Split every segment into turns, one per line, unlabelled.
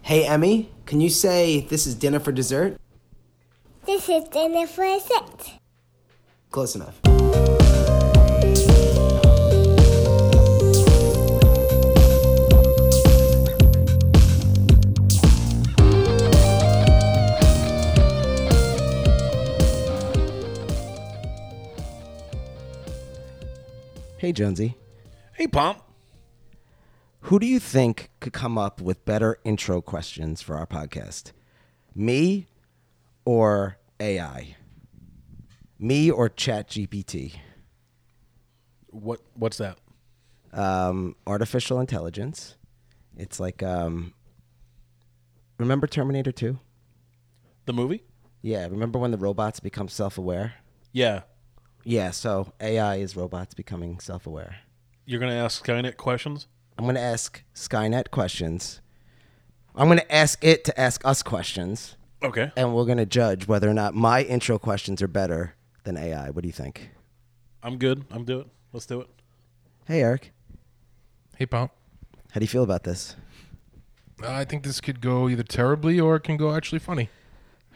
Hey, Emmy, can you say this is dinner for dessert?
This is dinner for a set.
Close enough. Hey, Jonesy.
Hey, Pomp.
Who do you think could come up with better intro questions for our podcast? Me or AI? Me or ChatGPT?
What what's that?
Um, artificial intelligence. It's like, um, remember Terminator 2?
The movie?
Yeah, remember when the robots become self aware?
Yeah.
Yeah, so AI is robots becoming self aware.
You're gonna ask Skynet questions?
I'm going to ask Skynet questions. I'm going to ask it to ask us questions.
Okay.
and we're going to judge whether or not my intro questions are better than AI. What do you think?
I'm good. I'm do it. Let's do it.
Hey, Eric,
Hey, Pomp.
how do you feel about this?
Uh, I think this could go either terribly or it can go actually funny.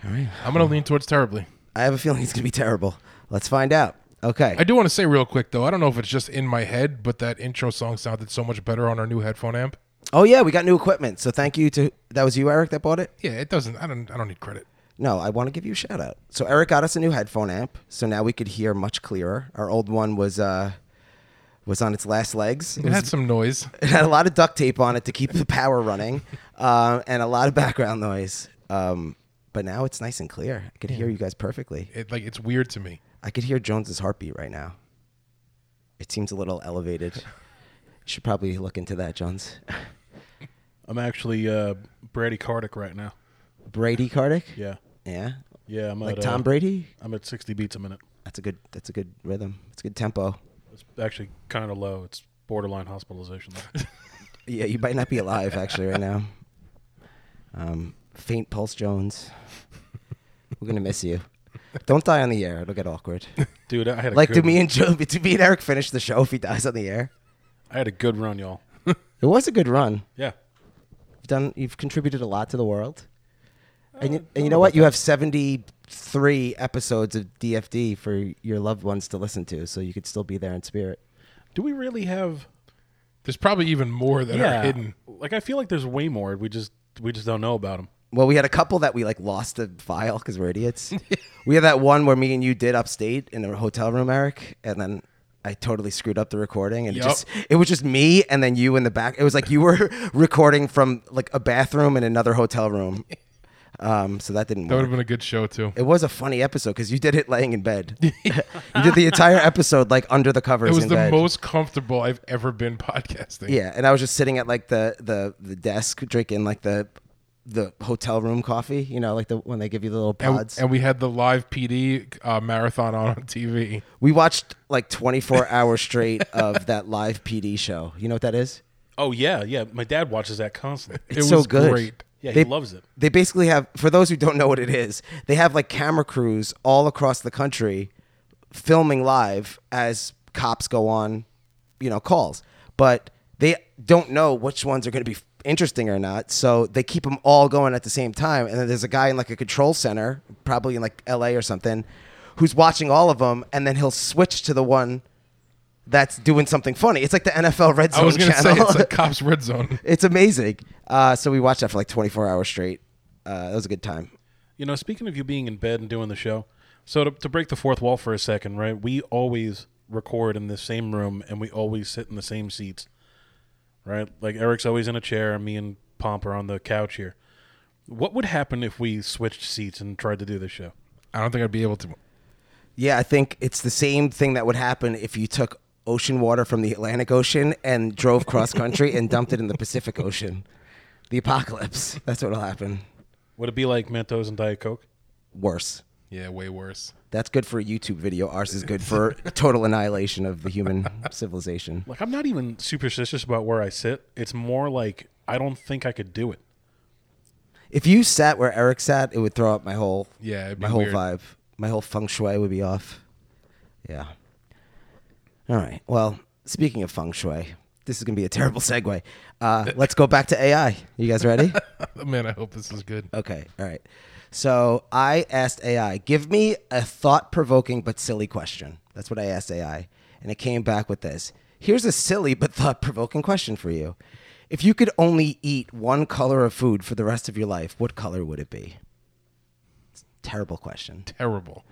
All right.
I'm going to lean towards terribly.
I have a feeling it's going to be terrible. Let's find out. Okay.
I do want to say real quick, though, I don't know if it's just in my head, but that intro song sounded so much better on our new headphone amp.
Oh, yeah, we got new equipment. So thank you to that was you, Eric, that bought it?
Yeah, it doesn't. I don't. I don't need credit.
No, I want to give you a shout out. So Eric got us a new headphone amp, so now we could hear much clearer. Our old one was uh was on its last legs.
It had some noise.
It had a lot of duct tape on it to keep the power running, uh, and a lot of background noise. Um, but now it's nice and clear. I could hear you guys perfectly.
It like it's weird to me.
I could hear Jones's heartbeat right now. It seems a little elevated. You should probably look into that, Jones.
I'm actually uh, Brady Cardick right now.
Brady Cardick?
Yeah.
Yeah.
Yeah. I'm
Like
at,
Tom
uh,
Brady?
I'm at 60 beats a minute.
That's a good that's a good rhythm. It's a good tempo.
It's actually kind of low. It's borderline hospitalization. though.
Yeah, you might not be alive actually right now. Um, faint pulse Jones. We're gonna miss you. Don't die on the air, it'll get awkward.
Dude, I had a
Like
good,
do me and Joe do me and Eric finish the show if he dies on the air?
I had a good run, y'all.
It was a good run.
Yeah.
You've done. You've contributed a lot to the world,
Uh,
and you, and you know what? You have seventy three episodes of DFD for your loved ones to listen to, so you could still be there in spirit.
Do we really have?
There's probably even more that are hidden.
Like I feel like there's way more. We just we just don't know about them.
Well, we had a couple that we like lost the file because we're idiots. we had that one where me and you did upstate in a hotel room, Eric, and then. I totally screwed up the recording, and
Yup.
it just—it was just me, and then you in the back. It was like you were recording from like a bathroom in another hotel room, um, so that didn't.
That
work.
would have been a good show too.
It was a funny episode because you did it laying in bed. you did the entire episode like under the covers.
It was
in
the
bed.
most comfortable I've ever been podcasting.
Yeah, and I was just sitting at like the the the desk drinking like the the hotel room coffee. You know, like the when they give you the little
And,
pods.
and we had the live PD uh, marathon on on TV.
we watched like 24 hours straight of that live PD show. You know what that is?
Oh yeah, yeah. My dad watches that constantly.
It's
it
so
was
good.
great.
Yeah,
They-
he loves it.
They basically have, for those who don't know what it is, they have like camera crews all across the country filming live as cops go on, you know, calls. But they don't know which ones are going to be interesting or not. So they keep them all going at the same time. And then there's a guy in like a control center, probably in like LA or something, who's watching all of them. And then he'll switch to the one that's doing something funny. It's like the NFL Red Zone
I was gonna
channel.
say it's like Cops Red Zone.
It's amazing. Uh, so we watched that for like 24 hours straight. Uh, that was a good time.
You know, speaking of you being in bed and doing the show, so to, to break the fourth wall for a second, right? We always record in the same room and we always sit in the same seats, right? Like Eric's always in a chair, and me and Pomp are on the couch here. What would happen if we switched seats and tried to do this show?
I don't think I'd be able to.
Yeah, I think it's the same thing that would happen if you took ocean water from the Atlantic Ocean and drove cross country and dumped it in the Pacific Ocean. The apocalypse. That's what'll happen.
Would it be like Mentos and Diet Coke?
Worse.
Yeah, way worse.
That's good for a YouTube video. Ours is good for total annihilation of the human civilization.
Like, I'm not even superstitious about where I sit. It's more like I don't think I could do it.
If you sat where Eric sat, it would throw up my whole
Yeah, it'd be
my whole
weird.
vibe, my whole feng shui would be off. Yeah. All right. Well, speaking of feng shui, This is gonna be a terrible segue. Uh, let's go back to AI. You guys ready?
Man, I hope this is good.
Okay, all right. So I asked AI, give me a thought provoking but silly question. That's what I asked AI. And it came back with this Here's a silly but thought provoking question for you. If you could only eat one color of food for the rest of your life, what color would it be? It's a terrible question.
Terrible.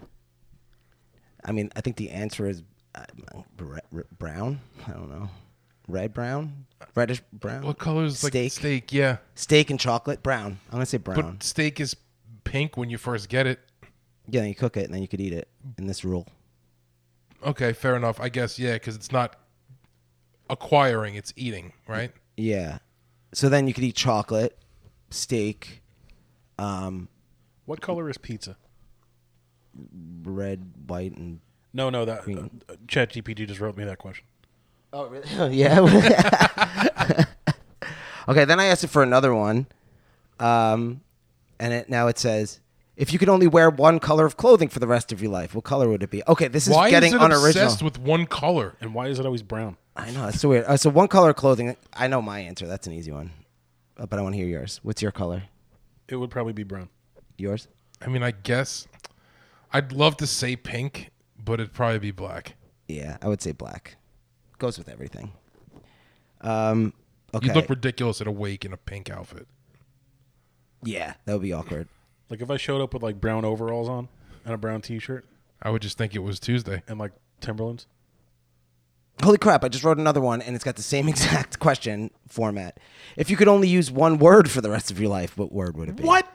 I mean, I think the answer is uh, br- br- brown. I don't know. Red brown? Reddish brown?
What color is like
steak? Oh.
steak? yeah,
Steak and chocolate? Brown. I'm going to say brown.
but steak is pink when you first get it.
Yeah, then you cook it and then you could eat it in this rule.
Okay, fair enough. I guess yeah, because it's not acquiring; it's eating, right?
Yeah. So then you could eat chocolate, steak,
What color is pizza?
red, white, and
No, no, that uh, ChatGPT just wrote me that question.
oh really? yeah. okay. Then I asked it for another one, um, and it now it says. If you could only wear one color of clothing for the rest of your life, what color would it be? Okay, this is
Why
getting
is it
unoriginal.
obsessed with one color?
And why is it always brown?
I know it's so weird. Uh, so one color of clothing. I know my answer. That's an easy one, uh, but I want to hear yours. What's your color?
It would probably be brown.
Yours?
I mean, I guess I'd love to say pink, but it'd probably be black.
Yeah, I would say black. Goes with everything. Um, okay.
You'd look ridiculous at a wake in a pink outfit.
yeah, that would be awkward.
Like if I showed up with like brown overalls on and a brown T-shirt
I would just think it was Tuesday.
and like Timberlands.
Holy crap, I just wrote another one and it's got the same exact question format. If you could only use one word for the rest of your life, what word would it be?
What?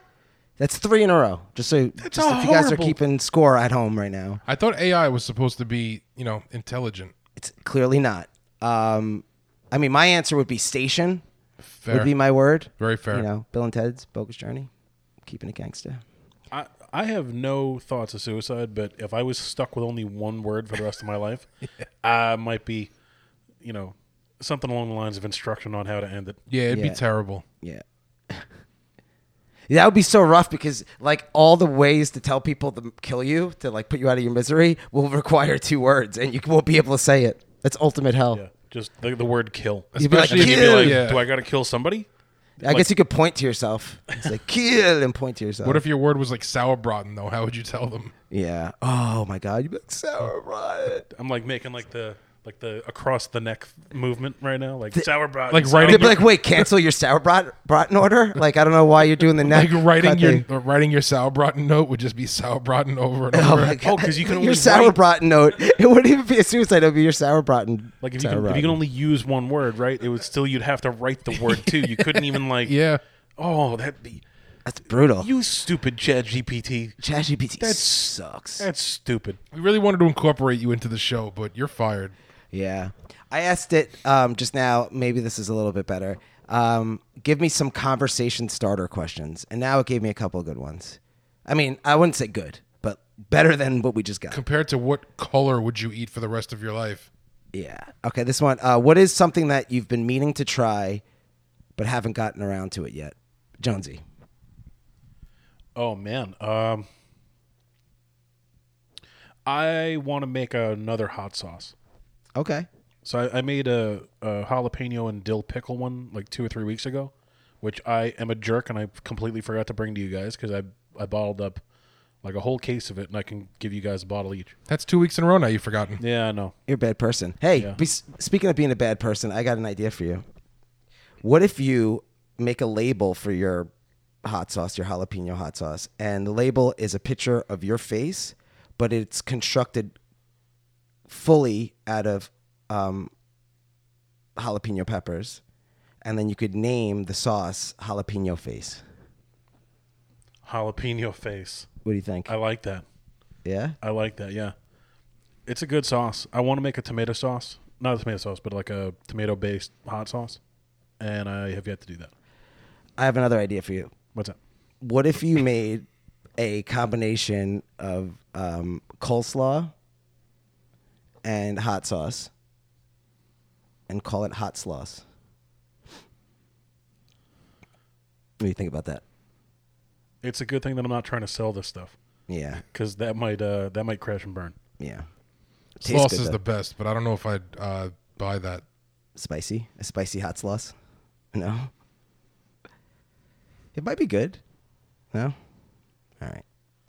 That's three in a row. Just so just
a
if you guys are
horrible-
keeping score at home right now.
I thought AI was supposed to be, you know, intelligent.
It's clearly not. Um, I mean my answer would be station
Fair.
would be my word.
Very fair.
You know, Bill and Ted's bogus journey. Keeping it gangsta.
I I have no thoughts of suicide, but if I was stuck with only one word for the rest of my life, I might be, you know, something along the lines of instruction on how to end it.
yeah, it'd
Yeah.
be terrible.
Yeah. that would be so rough because like all the ways to tell people to kill you, to like put you out of your misery will require two words and you won't be able to say it. That's ultimate hell.
Yeah, just the, the word kill.
You'd be like,
Especially if
You'd be
"Kill!"
like,
Yeah.
do I got to kill somebody?
I guess you could point to yourself. It's like kill and point to yourself.
What if your word was like sauerbraten though? How would you tell them?
Yeah. Oh my god, you'd be like Sauron.
I'm like making like the like the across the neck movement right now, like sauerbraten.
like
sauerbraten.
writing-
They'd be like, wait, cancel your sauerbraten braten order. Like I don't know why you're doing the neck.
Like writing
cut
your
thing.
uh, writing your sauerbraten note would just be sauerbraten over and
Oh
over.
my god!
'cause you can
your
only
sauerbraten note. It wouldn't even be a suicide. It would be your sauerbraten.
Like if you, can, if you can only use one word, right? It would still you'd have to write the word too. You couldn't even like
yeah,
Oh, that be
that's brutal.
you stupid Chat GPT.
ChatGPT
That's- eh.
sucks.
That's stupid.
we really wanted to incorporate you into the show, but you're fired.
Yeah. I asked it um, just now. Maybe this is a little bit better. Um, give me some conversation starter questions. And now it gave me a couple of good ones. I mean, I wouldn't say good, but better than what we just got.
Compared to what color would you eat for the rest of your life?
Yeah. Okay. This one. Uh, what is something that you've been meaning to try, but haven't gotten around to it yet? Jonesy.
Oh man. Um I want to make another hot sauce.
Okay.
So I, I made a, a jalapeno and dill pickle one like two or three weeks ago, which I am a jerk and I completely forgot to bring to you guys because I I bottled up like a whole case of it and I can give you guys a bottle each.
That's two weeks in a row now. You've forgotten.
Yeah, I know.
You're a bad person. Hey, be, speaking of being a bad person, I got an idea for you. What if you make a label for your hot sauce, your jalapeno hot sauce, and the label is a picture of your face, but it's constructed fully out of um, jalapeno peppers, and then you could name the sauce jalapeno face.
Jalapeno face.
What do you think?
I like that.
yeah.
I like that. Yeah, it's a good sauce. I want to make a tomato sauce, not a tomato sauce, but like a tomato-based hot sauce, and I have yet to do that.
I have another idea for you.
What's that?
what if you made a combination of um, coleslaw and hot sauce and call it hot sauce? What do you think about that?
It's a good thing that I'm not trying to sell this stuff
Yeah,
because that might uh, that might crash and burn.
yeah. Tastes
Sauce
good,
is
though.
the best, but I don't know if I'd uh, buy that.
spicy, a spicy hot sauce. No. It might be good. No. All right.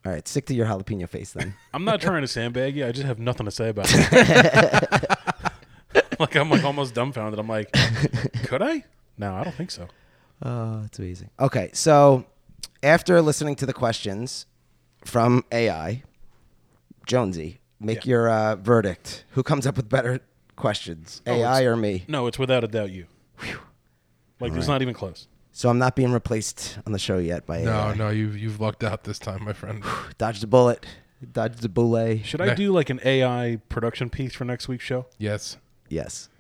All right. Stick to your jalapeno face then.
I'm not trying to sandbag you. I just have nothing to say about it. like I'm like almost dumbfounded. I'm like, could I? No, I don't think so.
Oh, it's amazing. Okay, so after listening to the questions from AI, Jonesy, make
Yeah.
your uh, verdict. Who comes up with better questions,
Oh,
AI or me?
No, it's without a doubt you. Like it's not even close.
So I'm not being replaced on the show yet by
No,
AI.
no, you've you've lucked out this time, my friend.
Dodged a bullet. Dodged a bullet.
Should I
Nah.
do like an AI production piece for next week's show?
Yes.
Yes.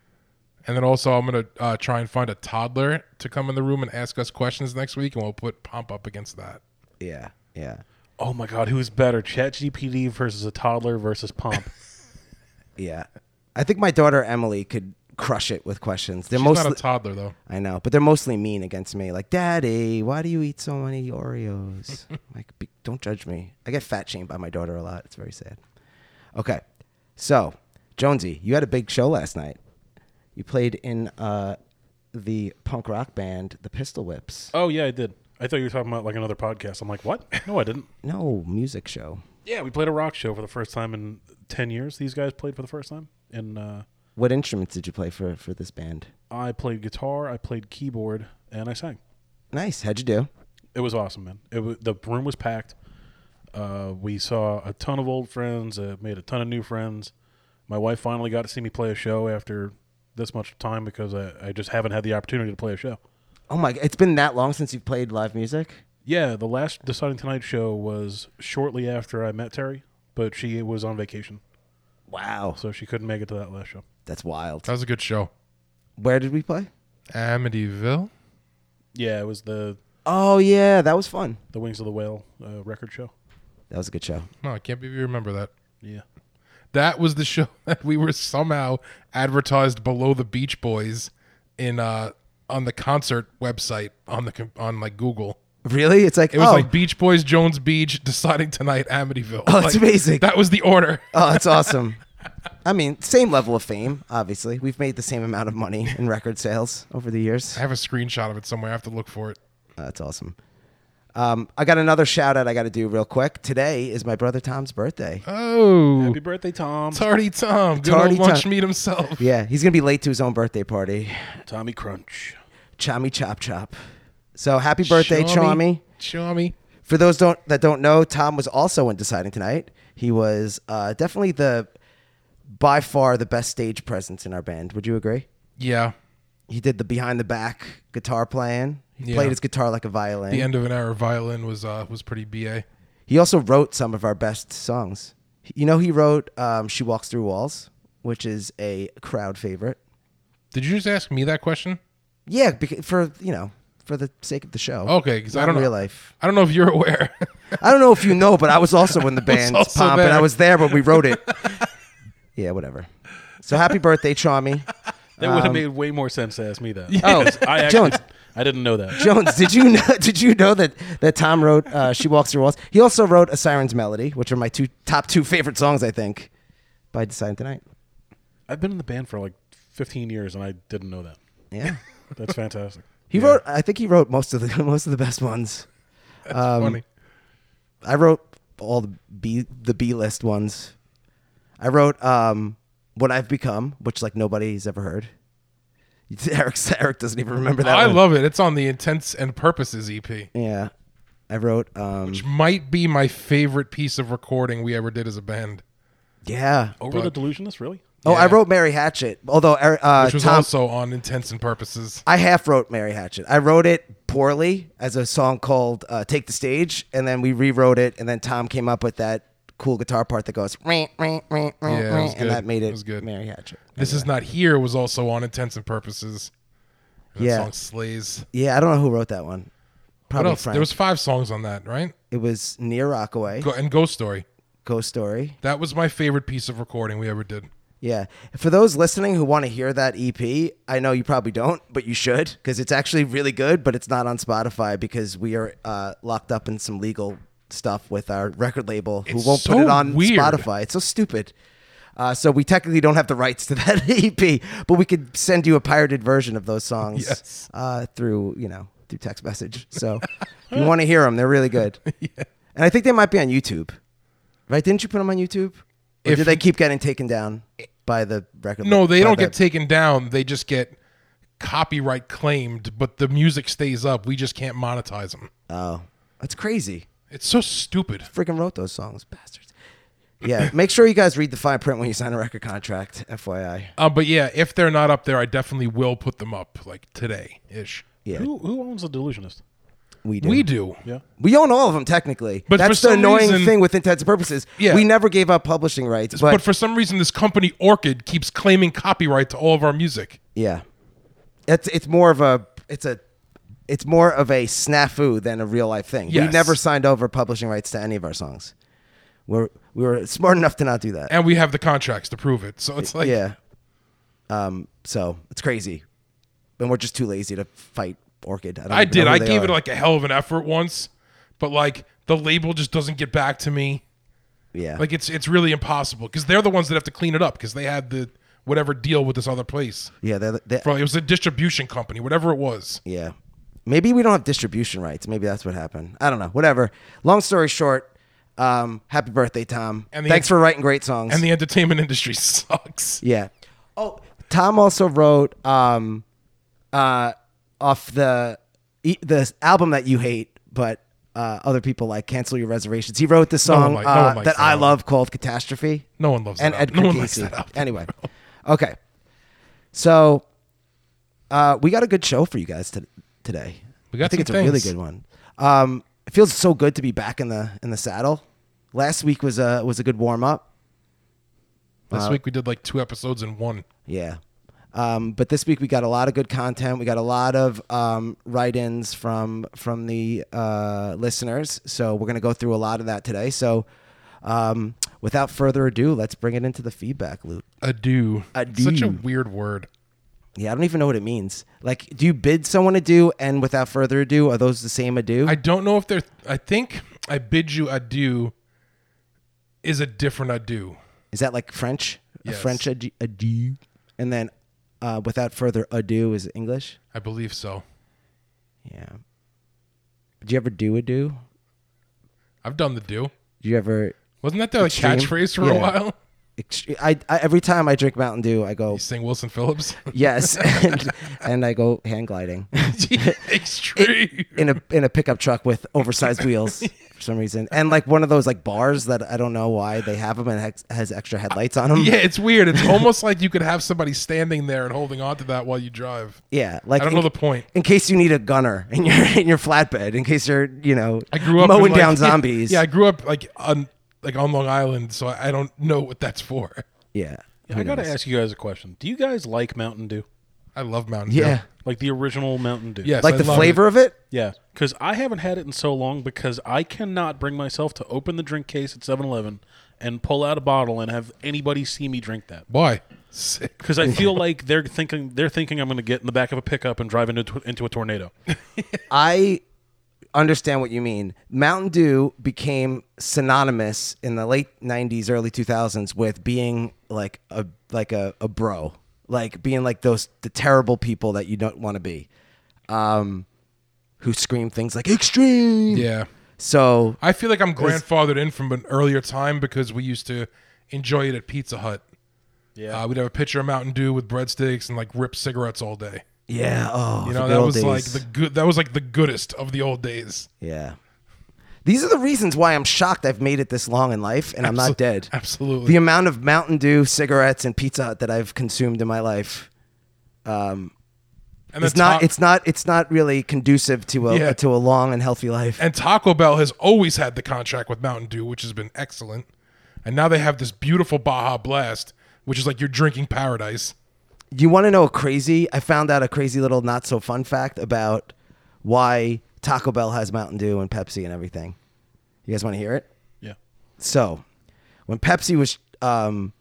And then also, I'm gonna uh, try and find a toddler to come in the room and ask us questions next week, and we'll put Pomp up against that.
Yeah. Yeah.
Oh my god, who's better? ChatGPT versus a toddler versus Pomp.
Yeah. I think my daughter Emily could crush it with questions. They're
She's
mostly
not a toddler though.
I know, but they're mostly mean against me. Like, Daddy, why do you eat so many Oreos? like, be, don't judge me. I get fat shamed by my daughter a lot. It's very sad. Okay, so Jonesy, you had a big show last night. You played in uh, the punk rock band, the Pistol Whips.
oh yeah, I did. I thought you were talking about like another podcast. I'm like, what? No, I didn't.
No music show.
Yeah, we played a rock show for the first time in ten years. These guys played for the first time, and uh,
What instruments did you play for for this band?
I played guitar, I played keyboard, and I sang.
Nice. How'd you do?
It was awesome, man. It wa the room was packed. Uh, we saw a ton of old friends, uh, made a ton of new friends. My wife finally got to see me play a show after this much time because I, I just haven't had the opportunity to play a show.
Oh my! It's been that long since you've played live music.
Yeah, the last Deciding Tonight show was shortly after I met Terry, but she was on vacation,
Wow,
so she couldn't make it to that last show.
that's wild.
That was a good show.
Where did we play?
Amityville.
Yeah, it was the
Oh yeah, that was fun.
the Wings of the Whale uh, record show.
That was a good show.
No, I can't believe you remember that.
Yeah.
That was the show that we were somehow advertised below the Beach Boys in uh on the concert website on the com- on like Google.
Really? It's like
It was
oh,
like Beach Boys, Jones Beach, deciding tonight, Amityville.
Oh, it's
Like,
amazing.
That was the order.
oh, that's awesome. I mean, same level of fame. Obviously, we've made the same amount of money in record sales over the years.
I have a screenshot of it somewhere. I have to look for it.
Uh, that's awesome. Um, I got another shout out I got to do real quick. Today is my brother Tom's birthday.
Oh,
Happy birthday, Tom.
Tardy Tom, good
Tardy
old lunch
Tom.
meat himself.
Yeah, he's gonna be late to his own birthday party.
Tommy Crunch.
Chommy chop chop. So happy birthday, Chommy.
Chummy.
For those don't that don't know, Tom was also in deciding tonight. He was uh, definitely the by far the best stage presence in our band. Would you agree?
Yeah,
he did the behind the back guitar playing. He
Yeah.
played his guitar like a violin.
the end of an era violin was uh was pretty ba.
He also wrote some of our best songs. You know, he wrote um, "She Walks Through Walls," which is a crowd favorite.
Did you just ask me that question?
Yeah, because for you know, for the sake of the show.
Okay, because I
Not
don't
in real
know.
life.
I don't know if you're aware.
I don't know if you know, but I was also in the band
also
Pomp, and I
there.
was there when we wrote it. yeah, whatever. So happy birthday, Chami.
That would have made way more sense to ask me that.
Oh,
Because I actually,
Jones.
I didn't know that.
Jones, did you know, did you know that that Tom wrote uh, "She Walks Through Walls"? He also wrote "A Siren's Melody," which are my two top two favorite songs, I think, by Design Tonight.
I've been in the band for like 15 years and I didn't know that.
Yeah,
That's fantastic.
he wrote. I think he wrote most of the most of the best ones. Um,
Funny.
I wrote all the B the B list ones. I wrote um, "What I've Become," which like nobody's ever heard. Eric Eric doesn't even remember that.
I
one.
love it. It's on the Intents and Purposes EP.
Yeah, I wrote. Um,
which might be my favorite piece of recording we ever did as a band,
yeah.
Over
But-
the Delusionist, really?
Oh, I
Oh, Yeah.
wrote "Mary Hatchet," although Eric- uh,
which was
Tom.
also on Intents and Purposes.
I half wrote Mary Hatchet. I wrote it poorly as a song called uh, Take the Stage, and then we rewrote it, and then Tom came up with that cool guitar part that goes, yeah,
Yeah, it was
and
good.
that made
It
it,
was good.
Mary Hatchet.
This is not here was also on Intents and Purposes. And
Yeah.
that song slays.
Yeah, I don't know who wrote that one.
What
Probably
else?
Frank.
There was five songs on that, right?
it was Near Rockaway,
Go- and Ghost Story.
Ghost Story.
That was my favorite piece of recording we ever did.
Yeah. For those listening who want to hear that EP, I know you probably don't, but you should because it's actually really good, but it's not on Spotify because we are uh, locked up in some legal stuff with our record label who
It's
won't put
so
it on
weird.
Spotify. It's so stupid. Uh, so we technically don't have the rights to that EP, but we could send you a pirated version of those songs
Yes.
uh, through you know through text message. So if you want to hear them, they're really good. And I think they might be on YouTube, right? Didn't you put them on YouTube? Or
If-
did they keep getting taken down by the record?
No, they
by
don't
the-
get taken down. They just get copyright claimed, but the music stays up. We just can't monetize them.
oh, that's crazy.
It's so stupid.
freaking wrote those songs, bastards. Yeah, make sure you guys read the fine print when you sign a record contract, FYI.
Uh, but yeah, if they're not up there, I definitely will put them up like today ish.
Yeah,
Who, who owns the Delusionist?
we do.
We do.
Yeah.
We own all of them technically.
But
But
for
that's the
some
annoying
reason-
thing with intents and purposes.
Yeah.
We never gave up publishing rights,
But,
but,
for some reason, this company Orchid keeps claiming copyright to all of our music.
yeah, it's it's more of a it's a it's more of a snafu than a real life thing.
Yes.
We never signed over publishing rights to any of our songs. We're we were smart enough to not do that.
And we have the contracts to prove it. So it's like,
yeah. Um. So it's crazy, and we're just too lazy to fight Orchid. I, don't
I
even know
did.
who
I
they
gave
are.
it like a hell of an effort once, but like the label just doesn't get back to me.
yeah.
Like it's it's really impossible because they're the ones that have to clean it up because they had the whatever deal with this other place.
yeah. They're, they're,
Probably it was a distribution company, whatever it was.
yeah. Maybe we don't have distribution rights. Maybe that's what happened. I don't know. Whatever. Long story short, um, happy birthday, Tom.
And the-
Thanks for writing great songs.
And the entertainment industry sucks.
yeah. Oh, Tom also wrote um, uh, off the e- the album that you hate, but uh, other people like cancel your reservations. He wrote the song
like- no
uh,
one likes
that
that
I
album.
love called Catastrophe.
No one loves
and
that.
Ed
album. no one likes
Krukicki.
that. album.
Anyway, okay. So uh, we got a good show for you guys to- today.
We got
I think it's
some
a really
things.
good one. Um, it feels so good to be back in the in the saddle. Last week was a was a good warm up.
This week we did like two episodes in one.
Yeah. Um, but this week we got a lot of good content. We got a lot of um, write-ins from from the uh, listeners, so we're gonna go through a lot of that today. So, um, without further ado, let's bring it into the feedback loop.
Adieu.
Adieu.
Such a weird word.
Yeah, I don't even know what it means. Like, do you bid someone adieu and without further ado, are those the same adieu?
I don't know if they're. I think I bid you adieu is a different adieu.
is that like French? A
Yes.
French adieu, adieu? And then uh, without further ado is English?
I believe so.
Yeah. Did you ever do adieu?
I've done the do.
Did you ever.
Wasn't that their like,
Extreme?
catchphrase for a
Yeah.
while?
ext- I, I, every time I drink Mountain Dew, I go,
You sing Wilson Phillips.
yes. And, and I go hand gliding.
Extreme.
in a in a pickup truck with oversized wheels for some reason, and like one of those like bars that I don't know why they have them and it has, has extra headlights on them.
yeah, it's weird. It's almost like you could have somebody standing there and holding on to that while you drive.
Yeah, like
I don't
in,
know the point.
In case you need a gunner in your in your flatbed, in case you're you know
I grew up
mowing
in, like-
down zombies.
Yeah, I grew up like on like on Long Island, so I I don't know what that's for.
yeah.
Yeah, I got to ask you guys a question. Do you guys like Mountain Dew?
I love Mountain Dew.
Yeah,
Like the original Mountain Dew?
Yes,
like
I
the
love
flavor
It.
of it.
Yeah, because I haven't had it in so long because I cannot bring myself to open the drink case at 7 Eleven and pull out a bottle and have anybody see me drink that.
Why? Sick.
Because I feel like they're thinking they're thinking I'm going to get in the back of a pickup and drive into tw- into a tornado.
I understand what you mean. Mountain Dew became synonymous in the late '90s, early 2000s with being like a like a, a bro, like being like those the terrible people that you don't want to be, um, who scream things like extreme.
Yeah.
So
I feel like I'm grandfathered in from an earlier time because we used to enjoy it at Pizza Hut.
Yeah.
Uh, we'd have a pitcher of Mountain Dew with breadsticks and like rip cigarettes all day.
yeah, oh,
You
the
know,
good
that
old
was like
days.
the good that was like the goodest of the old days.
Yeah. These are the reasons why I'm shocked I've made it this long in life and I'm
Absol-
not dead.
absolutely.
The amount of Mountain Dew, cigarettes, and Pizza Hut that I've consumed in my life. Um,
And
it's
the
not.
top-
It's not. It's not really conducive to a
Yeah.
to a long and healthy life.
And Taco Bell has always had the contract with Mountain Dew, which has been excellent. And now they have this beautiful Baja Blast, which is like you're drinking paradise.
you want to know a crazy? I found out a crazy little not so fun fact about why Taco Bell has Mountain Dew and Pepsi and everything. You guys want to hear it?
yeah.
So, when Pepsi was um,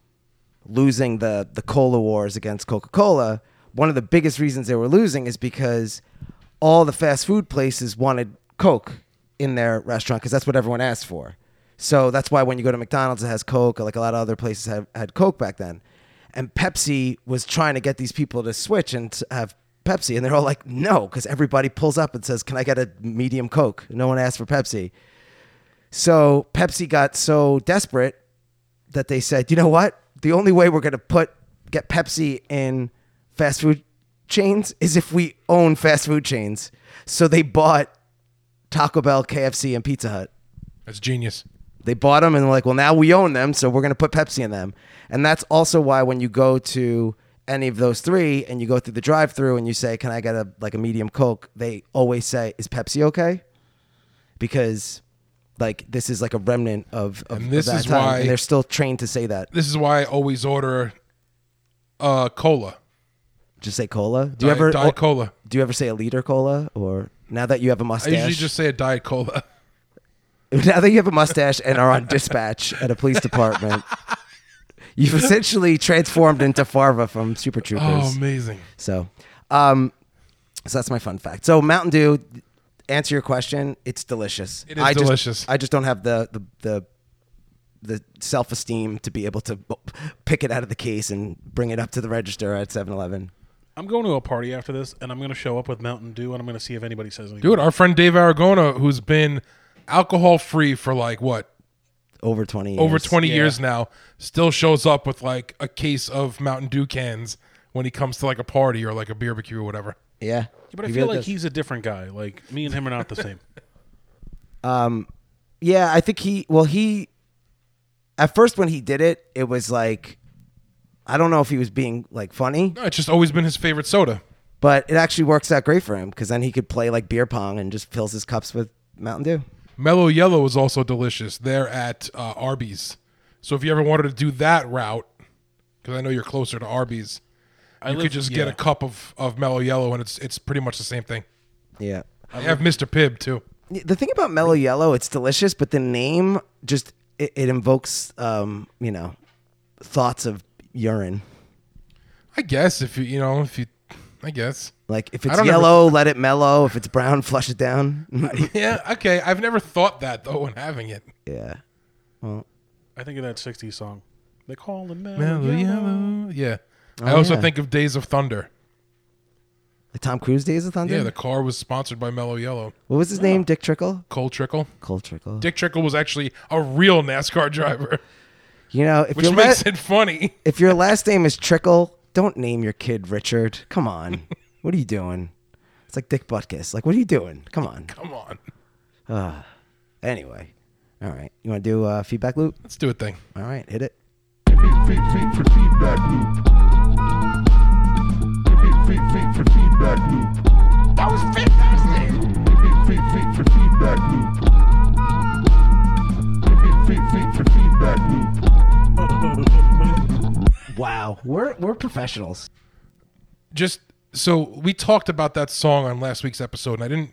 losing the the cola wars against Coca Cola, one of the biggest reasons they were losing is because all the fast food places wanted Coke in their restaurant because that's what everyone asked for. So that's why when you go to McDonald's, it has Coke, like a lot of other places had, had Coke back then. And Pepsi was trying to get these people to switch and to have Pepsi. And they're all like, no, because everybody pulls up and says, can I get a medium Coke? No one asked for Pepsi. So Pepsi got so desperate that they said, you know what? The only way we're going to put get Pepsi in fast food chains is if we own fast food chains. So they bought Taco Bell, KFC, and Pizza Hut.
That's genius.
They bought them and they're like, well, now we own them, so we're going to put Pepsi in them. And that's also why when you go to any of those three and you go through the drive-through and you say, "Can I get a like a medium Coke?" They always say, "Is Pepsi okay?" Because like this is like a remnant of, of,
And
of
this
that
is
time,
why-
and they're still trained to say that.
This is why I always order uh, cola.
Just say cola. Do you
Diet-
ever oh,
Diet Cola.
Do you ever say a liter cola or now that you have a
I
mustache?
usually just say a diet cola.
now that you have a mustache and are on dispatch at a police department, you've essentially transformed into Farva from Super Troopers.
Oh, amazing.
So, um, so that's my fun fact. So Mountain Dew, answer your question. It's delicious.
It is
I just-
delicious.
I just don't have the the the the self esteem to be able to b- pick it out of the case and bring it up to the register at 7-Eleven.
I'm going to a party after this, and I'm going to show up with Mountain Dew, and I'm going to see if anybody says anything.
Dude, our friend Dave Aragona, who's been alcohol free for like what,
Over twenty. Years.
over 20
Yeah.
years now, still shows up with like a case of Mountain Dew cans when he comes to like a party or like a barbecue or whatever.
Yeah.
But I
He
feel
really
like
does.
he's a different guy. Like me and him are not the same.
Yeah, I think he. Well, he. At first, when he did it, it was like, I don't know if he was being like funny,
No, Uh, it's just always been his favorite soda.
but it actually works out great for him because then he could play like beer pong and just fills his cups with Mountain Dew.
Mellow Yellow is also delicious. They're at uh, Arby's. So if you ever wanted to do that route, because I know you're closer to Arby's,
I
you
live-
could just get
yeah.
a cup of, of Mellow Yellow and it's it's pretty much the same thing.
Yeah.
I have Mr. Pibb too.
The thing about Mellow Yellow, it's delicious, but the name just it, it invokes, um, you know, thoughts of urine.
I guess if you you know if you, I guess.
Like if
I
it's
don't ever-
yellow, let it mellow. If it's brown, flush it down.
yeah. Okay. I've never thought that though when having it.
yeah.
I think of that '60s song. They call him Mellow,
Mellow
Yellow.
Yellow. Yeah. I also
yeah.
think of Days of Thunder.
The Tom Cruise Days of Thunder.
Yeah, the car was sponsored by Mellow Yellow.
what was his name? Dick Trickle.
Cole Trickle.
Cole Trickle.
Dick Trickle was actually a real NASCAR driver,
You know, if
which
your
makes
la-
it funny.
if your last name is Trickle, don't name your kid Richard. Come on, what are you doing? It's like Dick Butkus. Like, what are you doing? Come on.
Come on.
Anyway, all right. You want to do uh, feedback loop?
Let's do a thing.
All right, hit it.
Feed, feed, feed for feedback loop. Feed, feed, feed for feedback loop. That was fantastic. Feed, feed, feed for feedback loop. Feed, feed, feed for feedback loop.
Wow, we're we're professionals.
Just so we talked about that song on last week's episode, and I didn't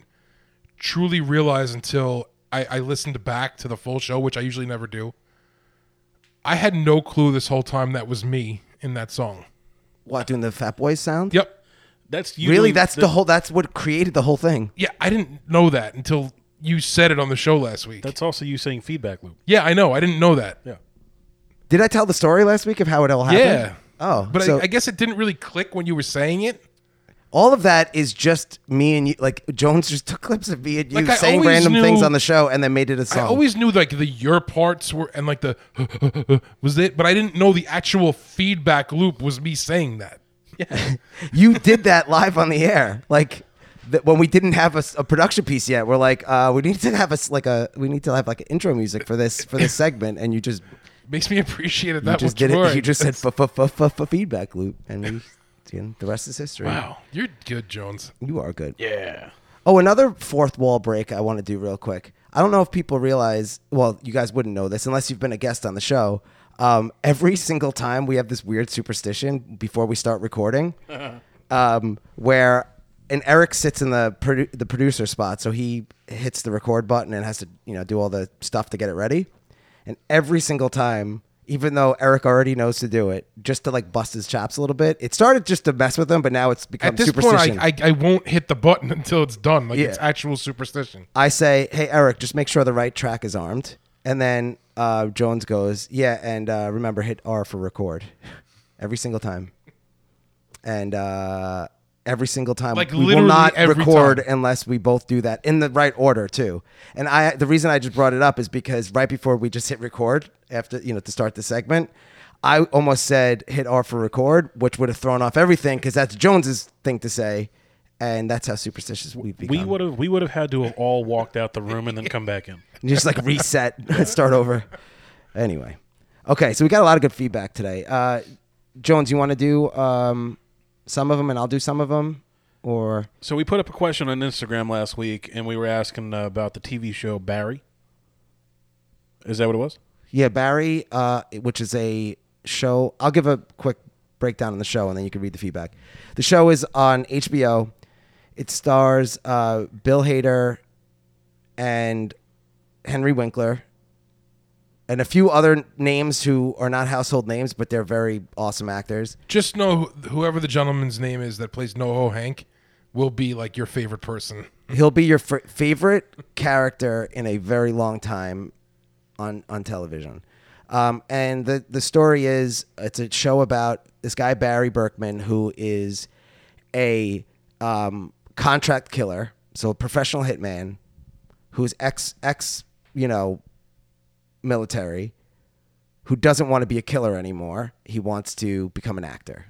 truly realize until I, I listened back to the full show, which I usually never do. I had no clue this whole time that was me in that song.
What doing the Fat Boys sound?
Yep.
That's you
Really,
doing
that's the whole. That's what created the whole thing.
Yeah, I didn't know that until you said it on the show last week.
That's also you saying feedback loop.
yeah, I know. I didn't know that.
Yeah.
Did I tell the story last week of how it all happened?
Yeah.
Oh,
But
so
I, I guess it didn't really click when you were saying it.
all of that is just me and you. Like Jones just took clips of me and you
Like, I
saying
always
random
knew-
things on the show, and then made it a song.
I always knew like the your parts were and like the was it, but I didn't know the actual feedback loop was me saying that.
you did that live on the air like th- when we didn't have a, s- a production piece yet we're like uh, we need to have us like a we need to have like intro music for this for this segment and you just
Makes me appreciate it
you
that
just
much
did
more.
it you just said f- f- f- f- f- feedback loop and we and the rest is history
wow, you're good, Jones.
you are good
Yeah.
oh another fourth wall break i want to do real quick i don't know if people realize well you guys wouldn't know this unless you've been a guest on the show um, every single time we have this weird superstition before we start recording um, where and Eric sits in the produ- the producer spot, so he hits the record button and has to you know do all the stuff to get it ready. And every single time, even though Eric already knows to do it, just to like bust his chops a little bit, it started just to mess with him, but now it's become
At this point,
superstition.
I, I I won't hit the button until it's done. Like it's
Yeah.
actual superstition.
I say, hey Eric, just make sure the right track is armed. And then uh, Jones goes, "Yeah, and uh, remember, hit R for record every single time." And uh, every single time,
Like,
we will
literally
not
every
record
time.
unless we both do that in the right order too. And I, the reason I just brought it up is because right before we just hit record after you know to start the segment, I almost said hit R for record, which would have thrown off everything because that's Jones's thing to say, and that's how superstitious we've become.
We would have we would have had to have all walked out the room and then come back in.
And just like reset and start over. Anyway, okay, so we got a lot of good feedback today. Uh, Jones, you want to do um, some of them, and I'll do some of them, or
So we put up a question on Instagram last week, and we were asking uh, about the TV show Barry. Is that what it was?
yeah, Barry, uh, which is a show. I'll give a quick breakdown on the show, and then you can read the feedback. The show is on HBO. It stars uh, Bill Hader and Henry Winkler. And a few other names who are not household names, but they're very awesome actors.
Just know wh- whoever the gentleman's name is that plays NoHo Hank will be like your favorite person.
He'll be your f- favorite character in a very long time on on television. Um, and the the story is it's a show about this guy Barry Berkman who is a um, contract killer, so a professional hitman who's ex ex you know military who doesn't want to be a killer anymore. He wants to become an actor.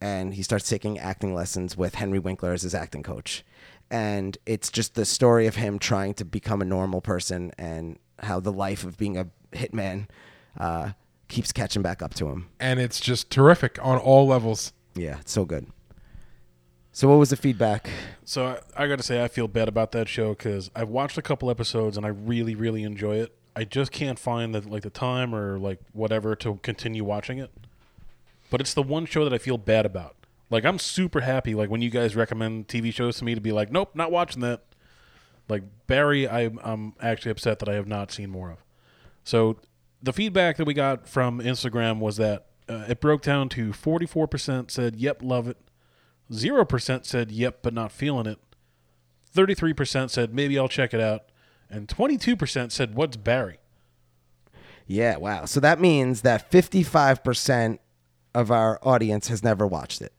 And he starts taking acting lessons with Henry Winkler as his acting coach. And it's just the story of him trying to become a normal person and how the life of being a hitman uh, keeps catching back up to him.
And it's just terrific on all levels.
Yeah, it's so good. So, what was the feedback?
So I, I got to say, I feel bad about that show because I've watched a couple episodes and I really, really enjoy it. I just can't find the like the time or like whatever to continue watching it. But it's the one show that I feel bad about. Like I'm super happy. Like when you guys recommend TV shows to me to be like, nope, not watching that. Like Barry, I, I'm actually upset that I have not seen more of. So the feedback that we got from Instagram was that uh, it broke down to 44% said, yep, love it. 0% said, yep, but not feeling it. 33% said, maybe I'll check it out. And 22% said, what's Barry?
Yeah, wow. So that means that 55% of our audience has never watched it.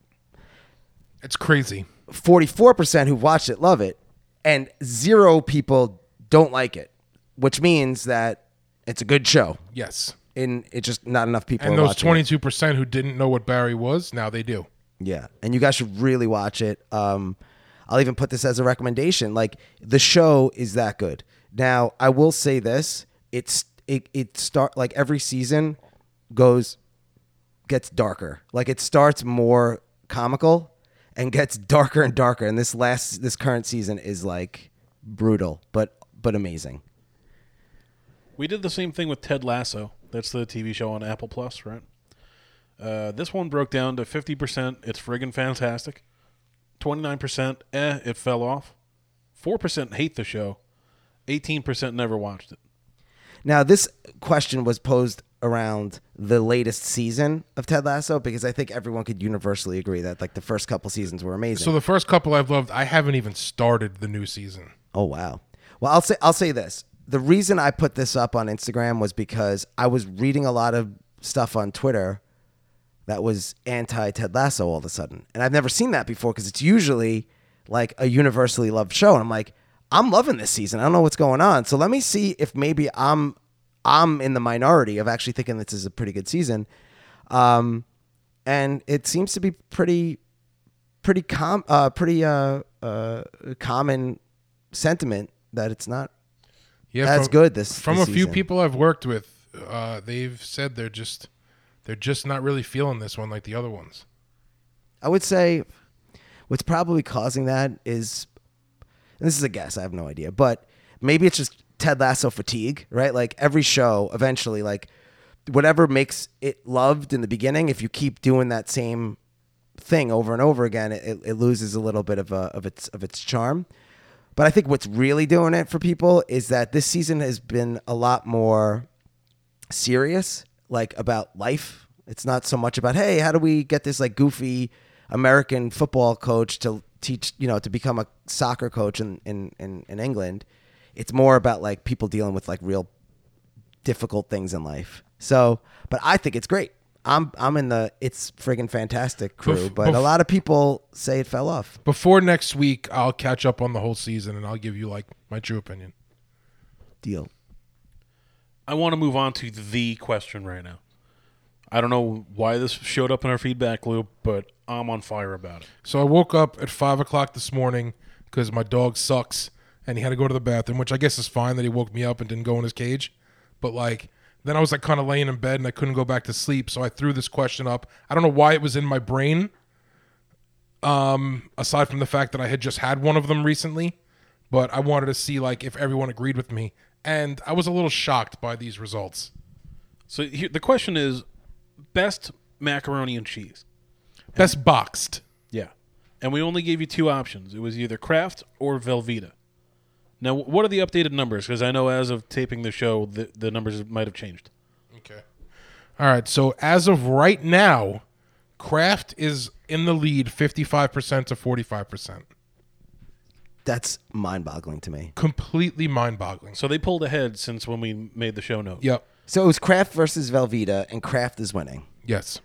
It's crazy.
44% who watched it love it, and zero people don't like it, which means that it's a good show.
Yes.
And it's just not enough people
And
are
those
watching it.
22% who didn't know what Barry was, now they do.
Yeah, and you guys should really watch it. Um, I'll even put this as a recommendation. Like the show is that good. Now I will say this: it's it it start like every season goes gets darker. Like it starts more comical and gets darker and darker. And this last this current season is like brutal, but but amazing.
We did the same thing with Ted Lasso. That's the TV show on Apple Plus, right? Uh, this one broke down to 50%, it's friggin' fantastic. 29%, eh, it fell off. 4% hate the show. 18% never watched it.
Now, this question was posed around the latest season of Ted Lasso because I think everyone could universally agree that like the first couple seasons were amazing.
So the first couple I've loved, I haven't even started the new season.
oh wow. Well, I'll say I'll say this. The reason I put this up on Instagram was because I was reading a lot of stuff on Twitter that was anti Ted Lasso all of a sudden. And I've never seen that before because it's usually like a universally loved show. And I'm like, I'm loving this season. I don't know what's going on. So let me see if maybe I'm I'm in the minority of actually thinking this is a pretty good season. Um, and it seems to be pretty pretty com uh, pretty uh, uh, common sentiment that it's not
Yeah,
That's
from-
good this-
from
this
a few
season.
people I've worked with. Uh, they've said they're just they're just not really feeling this one like the other ones.
I would say what's probably causing that is, and this is a guess, I have no idea, but maybe it's just Ted Lasso fatigue, right? Like every show, eventually, like whatever makes it loved in the beginning, if you keep doing that same thing over and over again, it, it loses a little bit of, a, of its of its charm. But I think what's really doing it for people is that this season has been a lot more serious, like about life. It's not so much about hey, how do we get this like goofy American football coach to teach you know to become a soccer coach in in in, in England. It's more about like people dealing with like real difficult things in life. So, but I think it's great. I'm I'm in the it's friggin' fantastic crew,
Bef-
but a
bef-
lot of people say it fell off.
Before next week, I'll catch up on the whole season and I'll give you like my true opinion.
Deal.
I want to move on to the question right now. I don't know why this showed up in our feedback loop, but I'm on fire about it.
So I woke up at five o'clock this morning because my dog sucks and he had to go to the bathroom, which I guess is fine that he woke me up and didn't go in his cage. But like, then I was like kind of laying in bed and I couldn't go back to sleep, so I threw this question up. I don't know why it was in my brain. Um, aside from the fact that I had just had one of them recently, but I wanted to see like if everyone agreed with me, and I was a little shocked by these results.
So here, the question is best macaroni and cheese.
Best boxed.
Yeah. And we only gave you two options. It was either Kraft or Velveeta. Now, what are the updated numbers? Because I know as of taping the show, the, the numbers might have changed.
Okay. All right. So as of right now, Kraft is in the lead 55% to 45%.
That's mind-boggling to me.
Completely mind boggling.
So they pulled ahead since when we made the show notes.
Yep.
So it was Kraft versus Velveeta, and Kraft is winning.
Yes.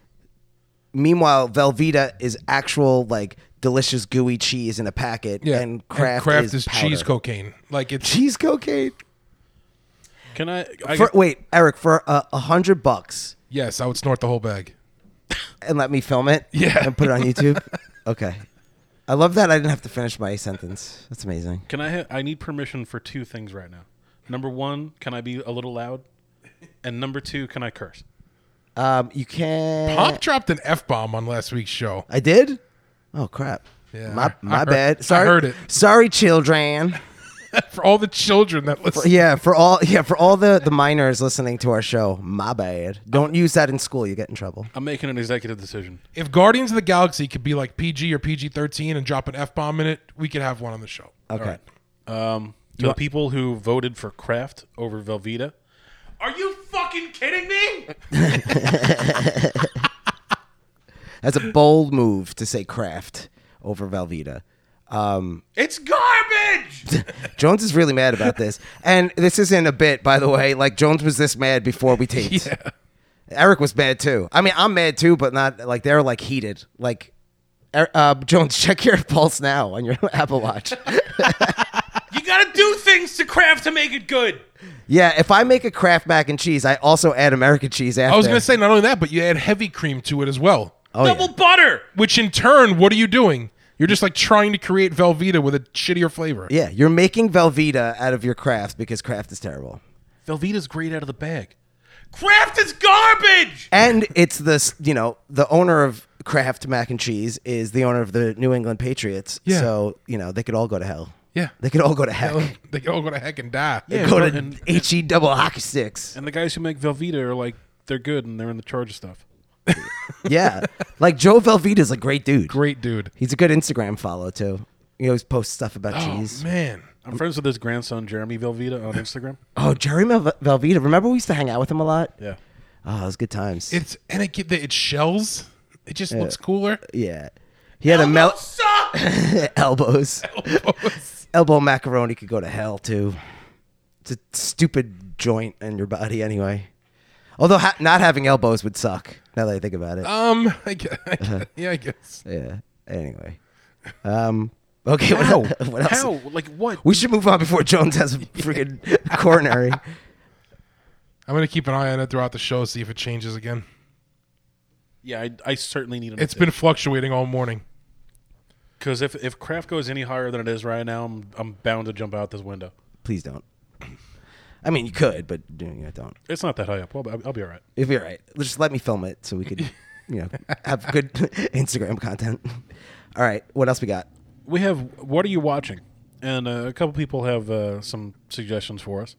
Meanwhile, Velveeta is actual like delicious gooey cheese in a packet,
Yeah.
and Kraft,
Kraft
is,
is, cheese
powder.
cocaine. Like it's
Cheese cocaine.
Can I? I
For, wait, Eric, for a hundred bucks,
yes, I would snort the whole bag.
and let me film it.
Yeah.
and put it on YouTube. okay, I love that. I didn't have to finish my sentence. That's amazing.
Can I? Ha- I need permission for two things right now. Number one, can I be a little loud? And number two, can I curse?
Um, you can.
Pop dropped an F bomb on last week's show.
I did. Oh crap.
Yeah,
my
I-
my
I heard- I
bad. Sorry,
heard it.
Sorry, children.
For all the children that listen.
Yeah, for all yeah for all the the minors listening to our show. My bad. Don't use that in school. You get in trouble.
I'm making an executive decision.
If Guardians of the Galaxy could be like PG or PG 13 and drop an F bomb in it, we could have one on the show.
Okay.
Um, to the people who voted for Kraft over Velveeta, are you fucking kidding me?
That's a bold move to say Kraft over Velveeta. Um,
It's garbage.
Jones is really mad about this, and this isn't a bit, by the way. Like Jones was this mad before we taped. Eric was mad too. I mean, I'm mad too, but not like they're like heated. Like, Er- uh, Jones, check your pulse now on your Apple Watch.
You gotta do things to Kraft to make it good.
yeah, if I make a Kraft mac and cheese, I also add American cheese after.
I was going to say, not only that, but you add heavy cream to it as well.
oh, yeah.
butter.
Which in turn, what are you doing? You're just like trying to create Velveeta with a shittier flavor.
Yeah, you're making Velveeta out of your Kraft because Kraft is terrible.
Velveeta's great out of the bag. Kraft is garbage.
And it's this, you know, the owner of Kraft Mac and Cheese is the owner of the New England Patriots.
Yeah.
So, you know, they could all go to hell.
Yeah.
They could all go to hell.
They all go to heck and die.
Yeah,
go
but-
to
and-
H E double hockey sticks.
And the guys who make Velveeta are like they're good and they're in the charge of stuff.
yeah. Like Joe Velveeta's a great dude.
Great dude.
He's a good Instagram follow too. He always posts stuff about cheese.
Oh, man.
I'm friends with his grandson Jeremy Velveeta on Instagram.
Oh, Jerry Mel- Velveeta. Remember we used to hang out with him a lot?
yeah.
Oh, it was good times.
It's and it get the, it shells. It just looks cooler.
yeah. He had a melt elbows. Elbow macaroni could go to hell too. It's a stupid joint in your body anyway. Although ha- not having elbows would suck. Now that I think about it.
Um, I guess, yeah, I guess.
yeah. Anyway. Um. Okay. What, el- what else?
How? Like what?
We should move on before Jones has a freaking coronary.
I'm gonna keep an eye on it throughout the show, see if it changes again.
Yeah, I, I certainly need an.
It's been fluctuating all morning.
because if if Kraft goes any higher than it is right now, I'm I'm bound to jump out this window.
Please don't. I mean, you could, but you know, don't.
It's not that high up. Well, I'll, I'll be all right.
It'd be all right. Just let me film it so we could, you know, have good Instagram content. All right. What else we got?
We have what are you watching? And uh, a couple people have uh, some suggestions for us.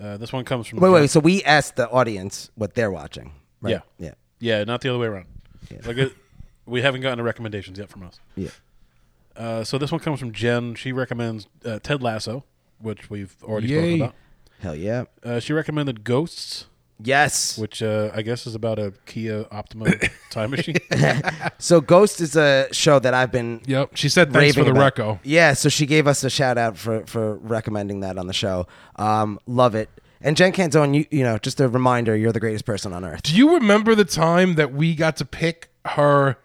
Uh, this one comes from
Wait, wait. So we asked the audience what they're watching. Right?
Yeah.
Yeah.
yeah, not the other way around.
Yeah.
Like it, we haven't gotten the recommendations yet from us.
Yeah.
Uh, so this one comes from Jen. She recommends uh, Ted Lasso, which we've already
Yay.
spoken about.
Hell yeah.
Uh, she recommended Ghosts,
Yes.
which uh, I guess is about a Kia Optima time machine.
So Ghost is a show that I've been
Yep. She said thanks for the
about.
reco.
Yeah, so she gave us a shout out for for recommending that on the show. Um, love it. And Jen Canzone, you, you know, just a reminder, you're the greatest person on earth.
Do you remember the time that we got to pick her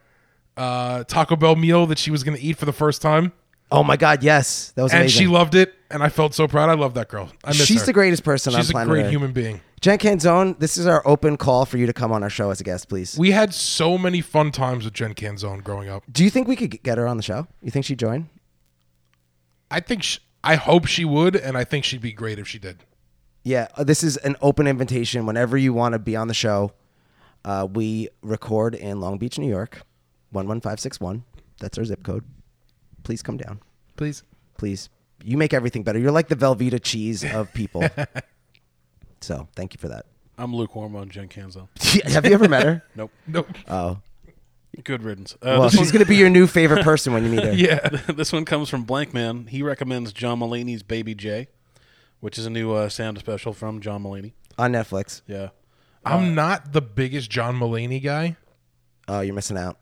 uh, Taco Bell meal that she was going to eat for the first time?
Oh my God, yes, that was
And
amazing.
she loved it, and I felt so proud. I love that girl. I miss
She's
her.
the greatest person on
She's a
planet
great
Earth.
human being.
Jen Canzone, this is our open call for you to come on our show as a guest, please.
We had so many fun times with Jen Canzone growing up.
Do you think we could g- get her on the show? You think she'd join?
I think sh I hope she would, and I think she'd be great if she did.
Yeah, uh, this is an open invitation. Whenever you want to be on the show, uh, we record in Long Beach, New York, one one five six one. That's our zip code. Please come down.
Please.
Please, you make everything better. You're like the Velveeta cheese of people. so thank you for that.
I'm lukewarm on Jen Canzo.
Have you ever met her?
Nope.
Nope.
Oh,
Good riddance. Uh,
well,
this
she's gonna be your new favorite person when you meet her.
yeah.
this one comes from Blank Man. He recommends John Mulaney's Baby J, which is a new uh, sound special from John Mulaney.
on Netflix.
Yeah.
uh,
I'm not the biggest John Mulaney guy.
Oh, you're missing out.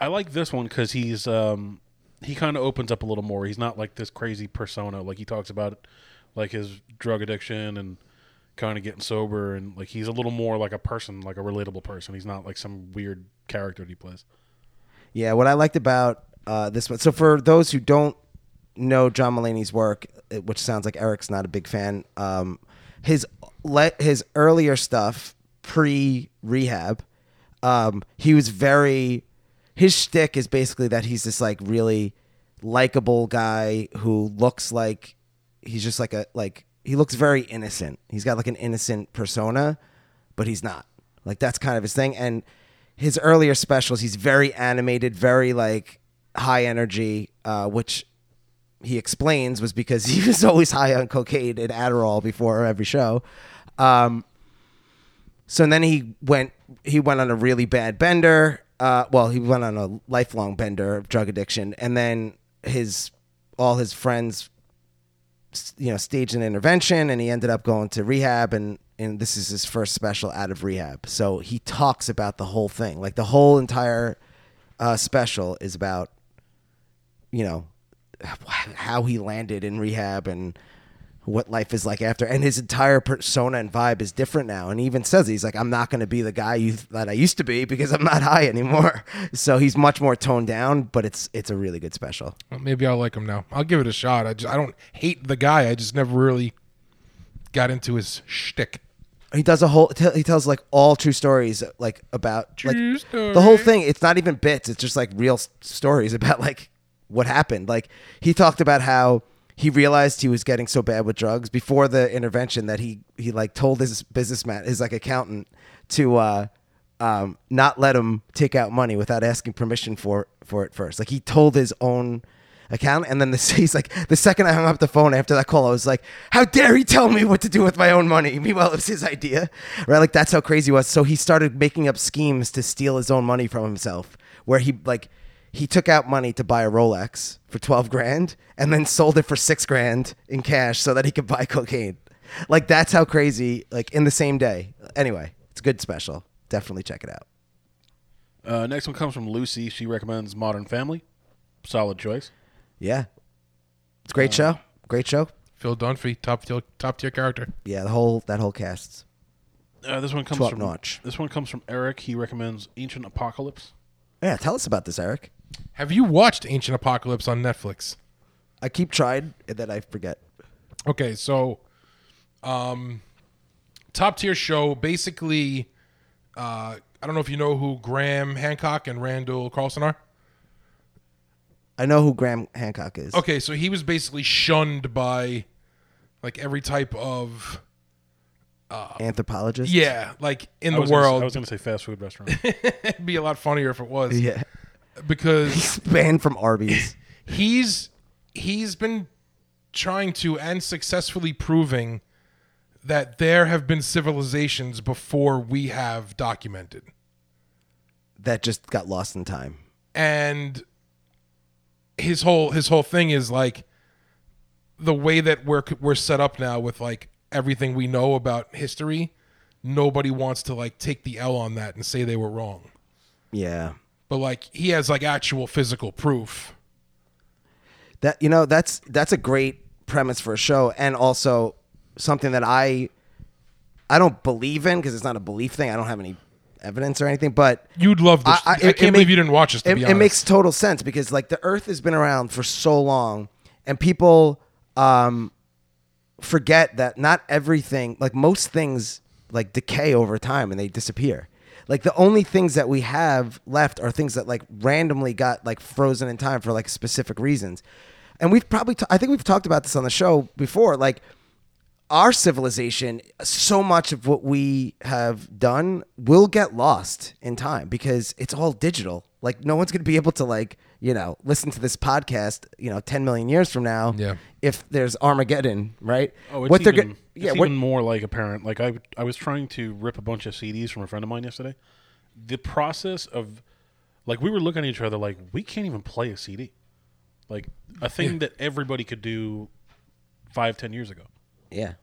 I like this one because he's um, he kind of opens up a little more. He's not like this crazy persona. Like he talks about like his drug addiction and kind of getting sober and like he's a little more like a person, like a relatable person. He's not like some weird character that he plays.
Yeah, what I liked about uh, this one. So for those who don't know John Mulaney's work, uh, which sounds like Eric's not a big fan, um, his let his earlier stuff pre rehab, um, he was very. His shtick is basically that he's this like really likable guy who looks like he's just like a like he looks very innocent. He's got like an innocent persona, but he's not. Like that's kind of his thing. And his earlier specials, he's very animated, very like high energy, uh, which he explains was because he was always high on cocaine and Adderall before every show. Um, so then he went he went on a really bad bender. Uh, well, he went on a lifelong bender of drug addiction, and then his all his friends, s- you know, staged an intervention, and he ended up going to rehab. and And this is his first special out of rehab. So he talks about the whole thing, like the whole entire uh, special is about, you know, how he landed in rehab and what life is like after and his entire persona and vibe is different now and he even says he's like i'm not going to be the guy you, that i used to be because i'm not high anymore so he's much more toned down but it's it's a really good special
Well, maybe I'll like him now. I'll give it a shot. I just I don't hate the guy. I just never really got into his shtick.
he does a whole t- he tells like all true stories like about
True
like the whole
story.
thing it's not even bits it's just like real s- stories about like what happened like he talked about how he realized he was getting so bad with drugs before the intervention that he he like told his businessman his like accountant to uh um not let him take out money without asking permission for for it first like he told his own account. And then the, he's like, the second I hung up the phone after that call, I was like, how dare he tell me what to do with my own money? Meanwhile, it was his idea, right? Like that's how crazy he was. So he started making up schemes to steal his own money from himself, where he like he took out money to buy a Rolex for twelve grand, and then sold it for six grand in cash so that he could buy cocaine. Like that's how crazy. Like in the same day. Anyway, it's a good special. Definitely check it out.
Uh, next one comes from Lucy. She recommends Modern Family. Solid choice.
Yeah, it's a great show. Great show.
Phil Dunphy, top tier, top tier character.
Yeah, the whole that whole cast.
Uh, this one comes
Top
from
notch.
this one comes from Eric. He recommends Ancient Apocalypse.
Yeah, tell us about this, Eric.
Have you watched Ancient Apocalypse on Netflix?
I keep trying and then I forget.
Okay, so um top tier show basically uh I don't know if you know who Graham Hancock and Randall Carlson are.
I know who Graham Hancock is.
Okay, so he was basically shunned by like every type of
Anthropologist.
yeah, like in
I
the
was gonna-
world.
I was going to say fast food restaurant.
It'd be a lot funnier if it was.
Yeah.
Because
He's banned from Arby's.
he's he's been trying to and successfully proving that there have been civilizations before we have documented.
that just got lost in time.
and his whole his whole thing is like the way that we're we're set up now with like everything we know about history nobody wants to like take the L on that and say they were wrong
Yeah.
but like he has like actual physical proof
That you know, that's that's a great premise for a show and also something that I I don't believe in because it's not a belief thing. I don't have any evidence or anything, but
You'd love this. I,
it-
can't
it
believe
make-
you didn't watch this. To
it,
be
it
honest,
makes total sense because like the Earth has been around for so long, and people um, forget that not everything, like most things, like decay over time and they disappear. Like the only things that we have left are things that like randomly got like frozen in time for like specific reasons, and we've probably t- I think we've talked about this on the show before. Like our civilization, so much of what we have done will get lost in time because it's all digital. Like no one's going to be able to like, you know, listen to this podcast, you know, 10 million years from now
Yeah.
if there's Armageddon, right?
Oh, it's
what they're
even,
going
it's
Yeah,
even
what,
more like apparent. Like I, I was trying to rip a bunch of CDs from a friend of mine yesterday. The process of, like, we were looking at each other like we can't even play a CD, like a thing that everybody could do, five, ten years ago.
yeah.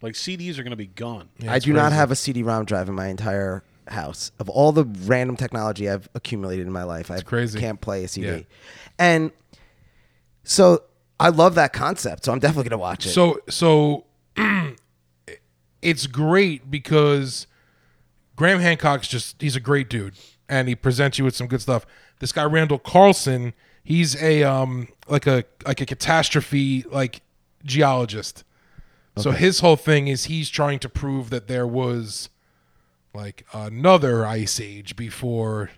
Like CDs are going to be gone.
I do not have a CD-ROM drive in my entire house. Of all the random technology I've accumulated in my life, I
crazy.
can't play a CD.
Yeah.
And so I love that concept, so I'm definitely going to watch it.
So so it's great because Graham Hancock's just he's a great dude and he presents you with some good stuff. This guy Randall Carlson, he's a um like a like a catastrophe like geologist. So his whole thing is he's trying to prove that there was like another ice age before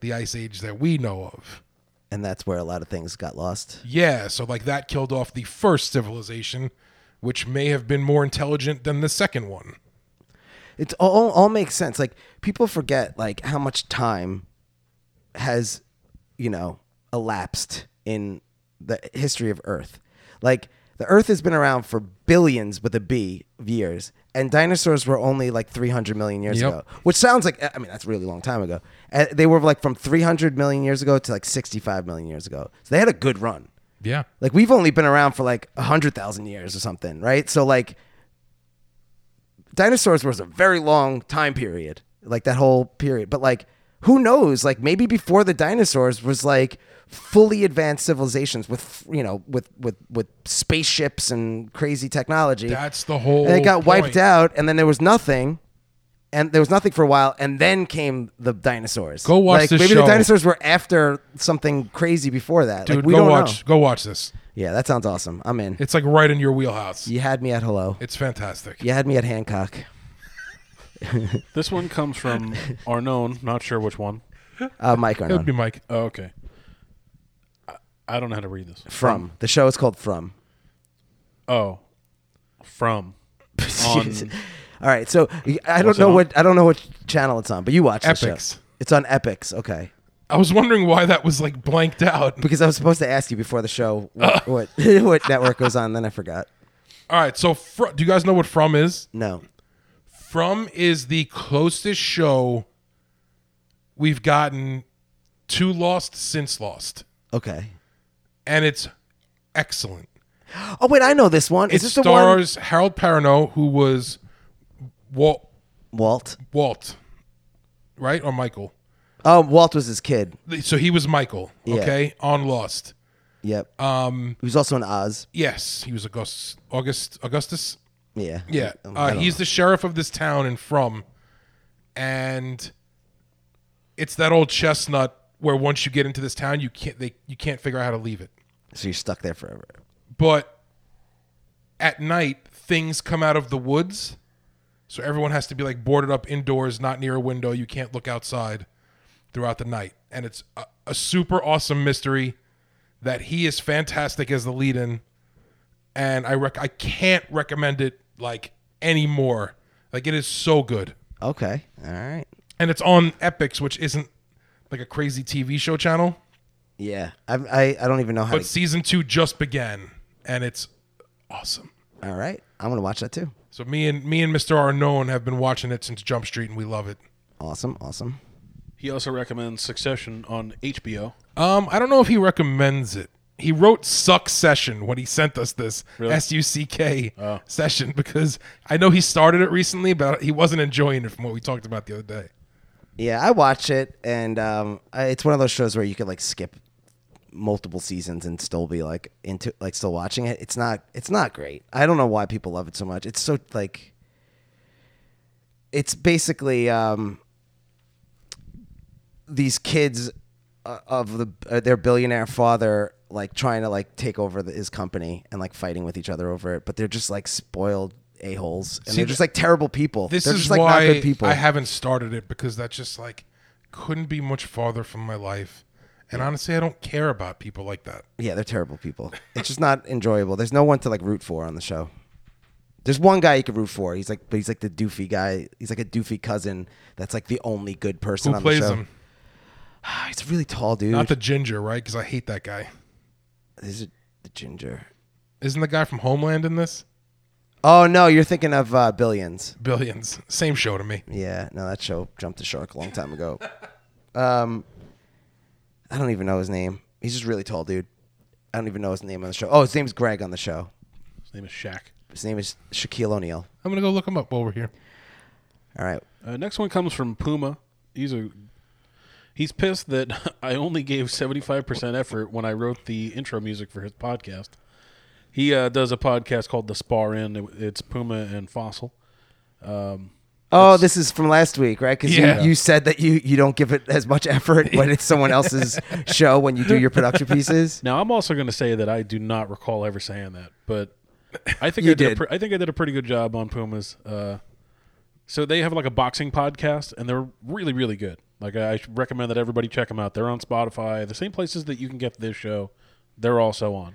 the ice age that we know of.
and that's where a lot of things got lost.
Yeah, so like that killed off the first civilization, which may have been more intelligent than the second one.
It all all makes sense. Like people forget like how much time has, you know, elapsed in the history of Earth. Like the Earth has been around for billions with a B of years, and dinosaurs were only like 300 million years
Yep.
ago, which sounds like I mean that's a really long time ago. Uh, they were like from 300 million years ago to like 65 million years ago, so they had a good run.
Yeah.
Like we've only been around for like a hundred thousand years or something, right? So like dinosaurs was a very long time period, like that whole period. But like who knows? Like maybe before the dinosaurs was like fully advanced civilizations with you know with with with spaceships and crazy technology.
That's the whole
And it got
point.
wiped out, and then there was nothing. And there was nothing for a while, and then came the dinosaurs.
Go watch
like,
this
Maybe
show.
the dinosaurs were after something crazy before that.
Dude,
like, we
go
don't know.
watch go watch this.
Yeah, that sounds awesome. I'm in.
It's like right in your wheelhouse.
You had me at hello.
It's fantastic.
You had me at Hancock.
This one comes from Arnone, not sure which one.
Uh, Mike
It would be
Arnon.
Mike.
Oh, okay. I, I don't know how to read this.
From. The show is called From.
Oh, from. On-
All right, so I don't
What's it
know
on?
what I don't know what channel it's on, but you watch the show.
Epics.
It's on Epics, okay?
I was wondering why that was like blanked out.
Because I was supposed to ask you before the show what what, what network was on, then I forgot.
All right, so fr- do you guys know what From is?
No,
From is the closest show we've gotten to Lost since Lost,
okay.
and it's excellent.
Oh wait, I know this one. Is
it
this the one?
stars Harold Perrineau, who was Walt,
Walt.
Walt, right or Michael?
Oh, Walt was his kid.
So he was Michael,
Yeah.
okay, on Lost.
Yep. Um, he was also in Oz.
Yes, he was August, August, Augustus.
Yeah.
Yeah,
Um, I
uh,
don't
he's the sheriff of this town and from, and it's that old chestnut where once you get into this town, you can't they you can't figure out how to leave it.
know. so you're stuck there forever.
but at night things come out of the woods so everyone has to be like boarded up indoors not near a window you can't look outside throughout the night and it's a, a super awesome mystery that he is fantastic as the lead in and i rec- i can't recommend it like anymore like it is so good
Okay. All right.
and it's on epics which isn't like a crazy tv show channel
Yeah. I I, I don't even know how.
but
to,
season 2 just began and it's awesome
all right. I'm gonna watch that too.
So me and me and Mr. Arnone have been watching it since Jump Street, and we love it.
Awesome, awesome.
He also recommends Succession on HBO.
Um, I don't know if he recommends it. He wrote "Succession" when he sent us this S U C K
Oh.
session because I know he started it recently, but he wasn't enjoying it from what we talked about the other day.
Yeah, I watch it, and um, I- it's one of those shows where you could like skip multiple seasons and still be like into like still watching it. It's not it's not great. I don't know why people love it so much. It's so like it's basically um these kids uh, of the uh, their billionaire father like trying to like take over the, his company and like fighting with each other over it, but they're just like spoiled a holes and
See,
they're just like terrible people.
This
they're
is
just like
why
not good people.
I haven't started it because that just like couldn't be much farther from my life. And honestly, I don't care about people like that.
Yeah, they're terrible people. It's just not enjoyable. There's no one to like root for on the show. There's one guy you could root for. He's like, but he's like the doofy guy. He's like a doofy cousin that's like the only good person
Who
on
plays
the show. Ah,
him?
He's a really tall dude.
Not the ginger, right? Because I hate that guy.
Is it the ginger?
Isn't the guy from Homeland in this?
Oh no, you're thinking of uh, Billions.
Billions. Same show to me.
Yeah, no, that show jumped the shark a long time ago. um, I don't even know his name. He's just a really tall dude. I don't even know his name on the show. Oh, his name's Greg on the show.
His name is Shaq.
His name is Shaquille O'Neal.
I'm gonna go look him up while we're here.
All right.
Uh, next one comes from Puma. He's a he's pissed that I only gave seventy five percent effort when I wrote the intro music for his podcast. He uh, does a podcast called The Spar In. It- It's Puma and Fossil.
Oh, this is from last week, right? Because
Yeah.
you, you said that you, you don't give it as much effort when it's someone else's show when you do your production pieces.
Now I'm also going to say that I do not recall ever saying that, but I think
You
I did.
did.
A pre- I think I did a pretty good job on Pumas. Uh, so they have like a boxing podcast, and they're really really good. Like I I should recommend that everybody check them out. They're on Spotify, the same places that you can get this show. They're also on.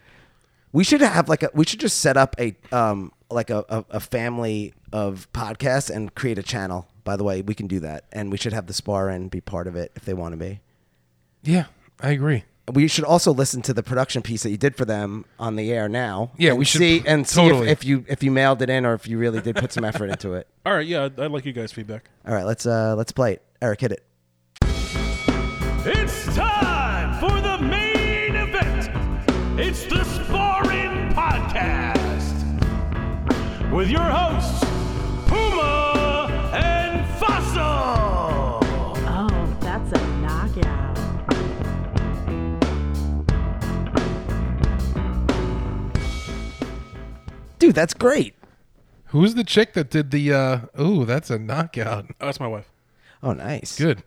We should have like a we should just set up a um like a, a, a family of podcasts and create a channel. By the way, we can do that, and we should have the spar and be part of it if they want to be.
Yeah, I agree.
We should also listen to the production piece that you did for them on the air now.
Yeah,
and
we should-
see and see if-
totally.
if, you if you mailed it in or if you really did put some effort into it.
All right, yeah, I'd, I'd like you guys' feedback.
All right, let's uh let's play it. Eric, hit it.
It's time for the main event. It's the Sparring Podcast with your hosts, Puma and Fossil.
Oh, that's a knockout.
Dude, that's great.
Who's the chick that did the? uh Ooh, that's a knockout.
Oh, that's my wife.
Oh, nice.
Good.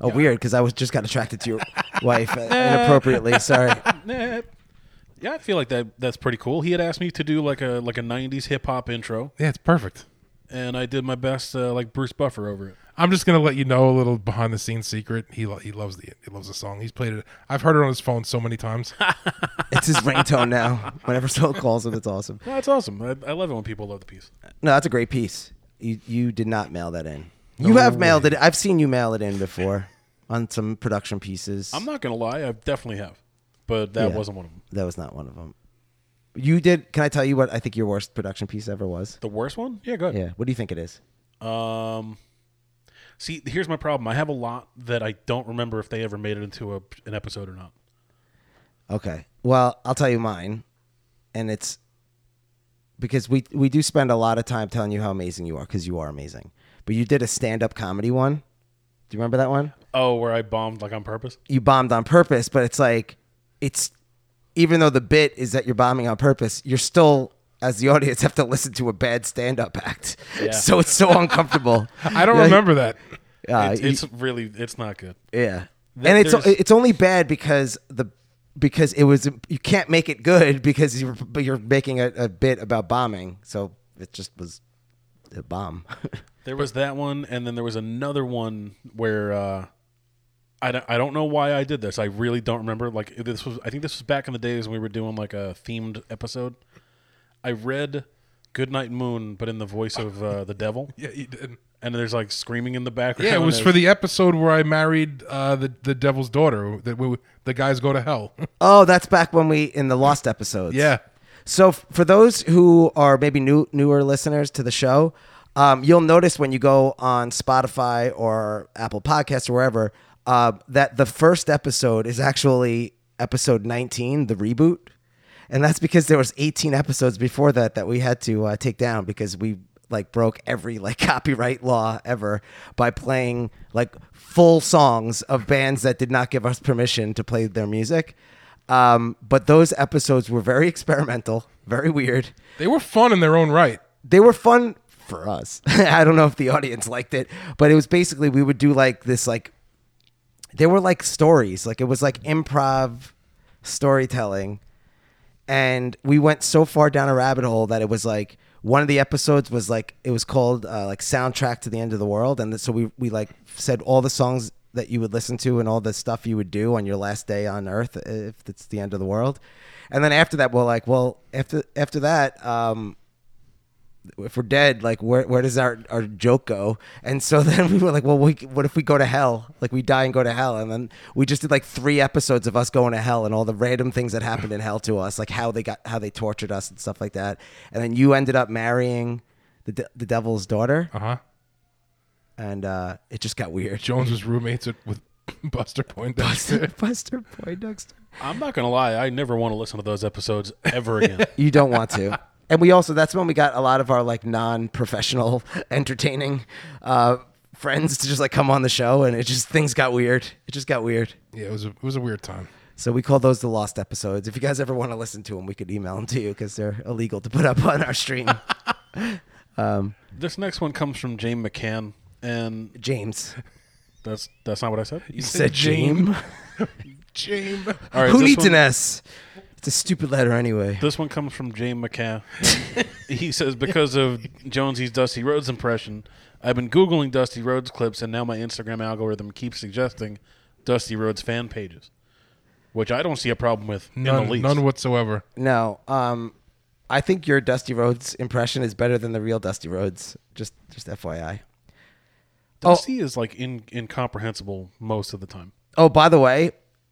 Oh, weird, because I was just got attracted to your wife uh, inappropriately. Sorry.
Nah. Yeah, I feel like that. That's pretty cool. He had asked me to do like a like a '90s hip hop intro,
Yeah, it's perfect.
and I did my best, uh, like Bruce Buffer over it.
I'm just gonna let you know a little behind the scenes secret. He lo- he loves the he loves the song. He's played it. I've heard it on his phone so many times.
It's his ringtone now. Whenever someone calls him, it's awesome.
Well, that's awesome. I, I love it when people love the piece.
No, that's a great piece. You you did not mail that in. You have mailed it. I've seen you mail it in before on some production pieces.
I'm not gonna lie, I definitely have, but that
Yeah.
wasn't one of them.
That was not one of them. You did. Can I tell you what I think your worst production piece ever was?
The worst one? Yeah, go
Yeah.
ahead.
What do you think it is?
Um, see, here's my problem. I have a lot that I don't remember if they ever made it into a, an episode or not.
Okay. Well, I'll tell you mine, and it's because we we do spend a lot of time telling you how amazing you are because you are amazing. But you did a stand up comedy one. Do you remember that one?
Oh, where I bombed like on purpose?
You bombed on purpose, but it's like it's even though the bit is that you're bombing on purpose, you're still as the audience have to listen to a bad stand up act. So it's so uncomfortable.
I don't
Yeah,
remember that.
uh,
it's,
you-
it's really, it's not good.
yeah,
Th-
and it's
there's-
it's only bad because the because it was you can't make it good because you're but you're making a, a bit about bombing, so it just was a bomb.
There was that one, and then there was another one where uh, I don't, I don't know why I did this. I really don't remember. Like this was, I think this was back in the days when we were doing like a themed episode. I read "Goodnight Moon," but in the voice of uh, the devil,
Yeah, he did.
and there's like screaming in the background.
Yeah, it was
There's-
for the episode where I married uh, the the devil's daughter. That we, the guys go to hell.
oh, that's back when we in the lost episodes.
yeah,
So f- for those who are maybe new newer listeners to the show, um, you'll notice when you go on Spotify or Apple Podcasts or wherever uh, that the first episode is actually episode 19, the reboot, and that's because there was 18 episodes before that that we had to uh, take down because we like broke every like copyright law ever by playing like full songs of bands that did not give us permission to play their music. Um, but those episodes were very experimental, very weird
They were fun in their own right.
they were fun for us. I don't know if the audience liked it, but it was basically we would do like this like they were like stories, like it was like improv storytelling. And we went so far down a rabbit hole that it was like one of the episodes was like it was called uh, like soundtrack to the end of the world, and so we we like said all the songs that you would listen to and all the stuff you would do on your last day on Earth if it's the end of the world. And then after that, we're like, well, after after that, um, if we're dead, like where where does our, our joke go? And so then we were like, well, we, what if we go to hell? Like we die and go to hell, and then we just did like three episodes of us going to hell and all the random things that happened in hell to us, like how they got how they tortured us and stuff like that. And then you ended up marrying the de- the devil's daughter,
Uh huh.
and uh, it just got weird.
Jones was roommates with- with Buster Poindexter.
Buster, Buster Poindexter.
I'm not gonna lie, I never want to listen to those episodes ever again.
You don't want to. And we also that's when we got a lot of our like non-professional entertaining uh, friends to just like come on the show, and it just things got weird. It just got weird.
Yeah, it was a, it was a weird time.
So we call those the lost episodes. If you guys ever want to listen to them, we could email them to you because they're illegal to put up on our stream.
this next one comes from James McCann, and
James.
that's that's not what I said.
You said James.
James.
All right,
Who
this
needs
one-
an S? It's a stupid letter anyway.
This one comes from James McCann. he says because of Jonesy's Dusty Rhodes impression, I've been googling Dusty Rhodes clips, and now my Instagram algorithm keeps suggesting Dusty Rhodes fan pages, which I don't see a problem with in the
None,
least.
none whatsoever.
No, um, I think your Dusty Rhodes impression is better than the real Dusty Rhodes. Just, just FYI.
Dusty
Oh.
is like in, incomprehensible most of the time.
Oh, by the way,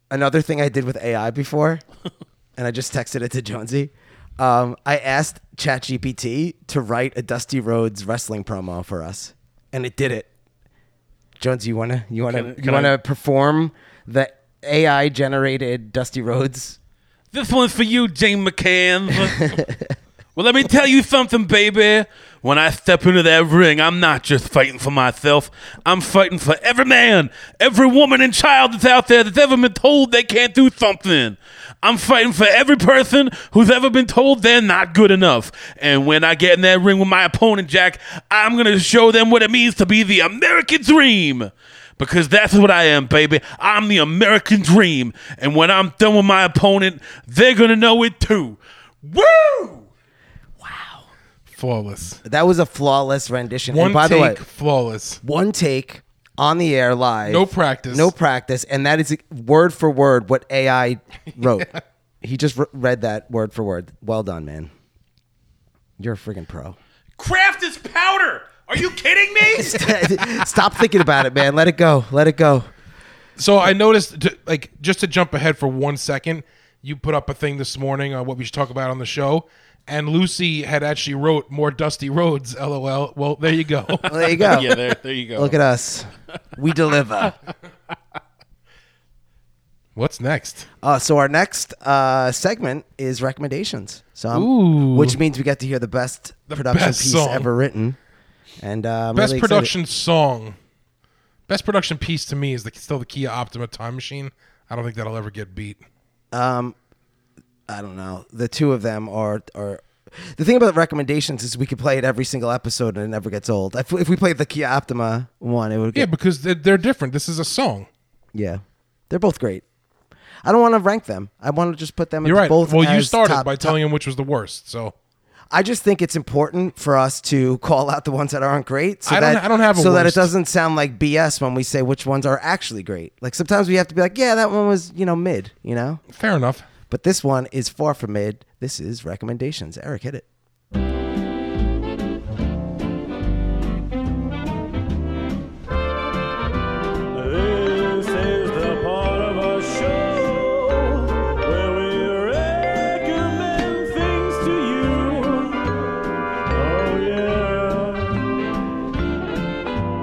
another thing I did with AI before, and I just texted it to Jonesy. Um, I asked ChatGPT to write a Dusty Rhodes wrestling promo for us, and it did it. Jonesy, you wanna you wanna
Can I-
you
can I-
wanna perform the AI generated Dusty Rhodes?
This one's for you, James McCann. well, let me tell you something, baby. When I step into that ring, I'm not just fighting for myself. I'm fighting for every man, every woman, and child that's out there that's ever been told they can't do something. I'm fighting for every person who's ever been told they're not good enough. And when I get in that ring with my opponent, Jack, I'm going to show them what it means to be the American dream because that's what I am, baby. I'm the American dream. And when I'm done with my opponent, they're going to know it too. Woo!
Flawless.
That was a flawless rendition.
One
and by
take,
the way,
flawless.
one take on the air live.
No practice.
No practice. And that is word for word what AI wrote. He just re- read that word for word. Well done, man. You're a freaking pro.
Kraft is powder. Are you kidding me?
Stop thinking about it, man. Let it go. Let it go.
So I noticed, t- like, just to jump ahead for one second, you put up a thing this morning on what we should talk about on the show, and Lucy had actually wrote more Dusty Roads. LOL. Well, there you go.
There you go.
yeah, there, there you go.
Look at us. We deliver.
What's next?
Uh, so our next uh, segment is recommendations. So I'm-
Ooh.
which means we get to hear the best production
best
piece
song.
ever written. And uh, I'm
Best
really excited.
production song. Best production piece to me is the, still the Kia Optima Time Machine. I don't think that'll ever get beat.
I don't know. The two of them are are. The thing about recommendations is we could play it every single episode and it never gets old. If, if we played the Kia Optima one, it would
Yeah,
get
because they're, they're different. This is a song.
yeah. They're both great. I don't want to rank them. I want to just put them.
You're
into
right.
Both
Well, you
as
started
top-
by
top-
telling him which was the worst. So
I just think it's important for us to call out the ones that aren't great, so
I don't-
that
I don't have a
so that it
worst.
doesn't sound like BS when we say which ones are actually great. Like sometimes we have to be like, yeah, that one was you know mid, you know.
fair enough.
But this one is far from mid. This is recommendations. Eric, hit it.
This is the part of our show where we recommend things to you. Oh, yeah.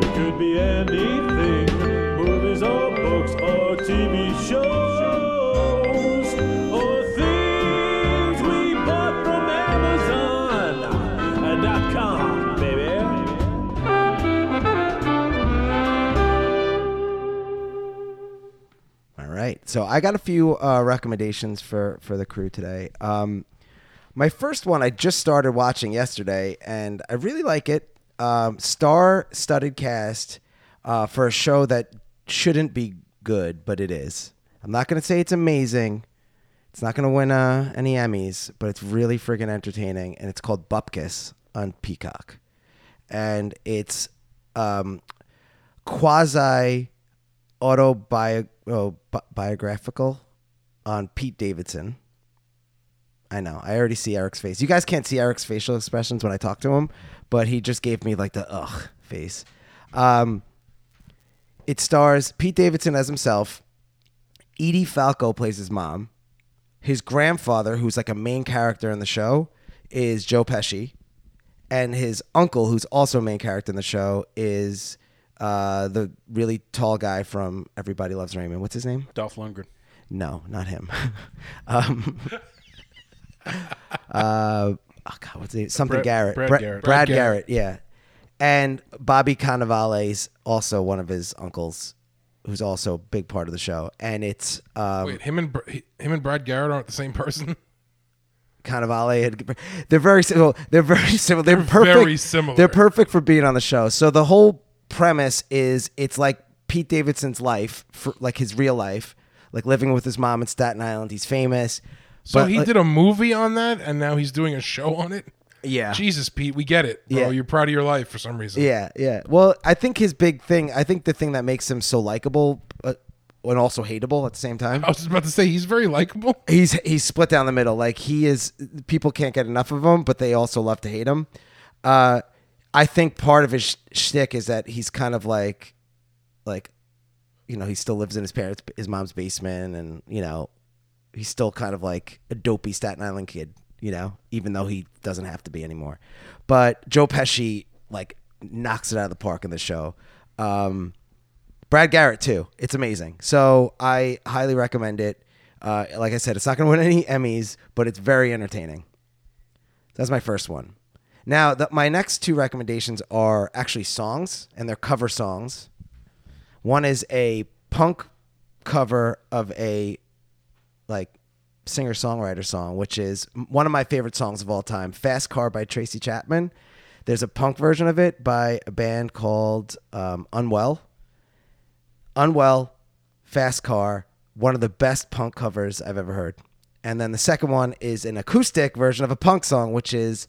It could be anything movies or books or TV Oh. shows or things we bought from Amazon.
So I got a few uh, recommendations for for the crew today. Um, my first one I just started watching yesterday, and I really like it. Um, Star-studded cast uh, for a show that shouldn't be good, but it is. I'm not gonna say it's amazing. It's not gonna win uh, any Emmys, but it's really friggin' entertaining, and it's called Bupkis on Peacock, and it's um, quasi autobiographical oh, on Pete Davidson. I know. I already see Eric's face. You guys can't see Eric's facial expressions when I talk to him, but he just gave me like the ugh face. Um, it stars Pete Davidson as himself. Edie Falco plays his mom. His grandfather, who's like a main character in the show, is Joe Pesci. And his uncle, who's also a main character in the show, is uh, the really tall guy from Everybody Loves Raymond. What's his name?
Dolph Lundgren.
No, not him. um, uh, oh God, what's his name? Something
Brad-
Garrett.
Brad
Bra-
Garrett.
Brad
Brad Garrett.
Garrett, yeah. And Bobby Cannavale's also one of his uncles, who's also a big part of the show. And it's um,
Wait, him and Br- he- him and Brad Garrett aren't the same person.
Cannavale. and- They're very similar. They're very similar. They're, perfect.
very similar.
They're perfect for being on the show. So the whole premise is it's like Pete Davidson's life, for, like his real life, like living with his mom in Staten Island. He's famous.
So
But,
he
like-
did a movie on that, and now he's doing a show on it.
Yeah.
Jesus, Pete, we get it, bro.
Yeah.
You're proud of your life for some reason.
Yeah, yeah. Well, I think his big thing. I think the thing that makes him so likable uh, and also hateable at the same time.
I was just about to say he's very likable.
He's he's split down the middle. Like he is. People can't get enough of him, but they also love to hate him. Uh, I think part of his sh- shtick is that he's kind of like, like, you know, he still lives in his parents, his mom's basement, and you know, he's still kind of like a dopey Staten Island kid, you know, even though he doesn't have to be anymore. But Joe Pesci like knocks it out of the park in the show. Um, Brad Garrett too. It's amazing. So I highly recommend it. Uh, like I said, it's not going to win any Emmys, but it's very entertaining. That's my first one. Now, the, my next two recommendations are actually songs, and they're cover songs. One is a punk cover of a like singer songwriter song, which is m- one of my favorite songs of all time, "Fast Car" by Tracy Chapman. There's a punk version of it by a band called um, Unwell. Unwell, Fast Car, one of the best punk covers I've ever heard. And then the second one is an acoustic version of a punk song, which is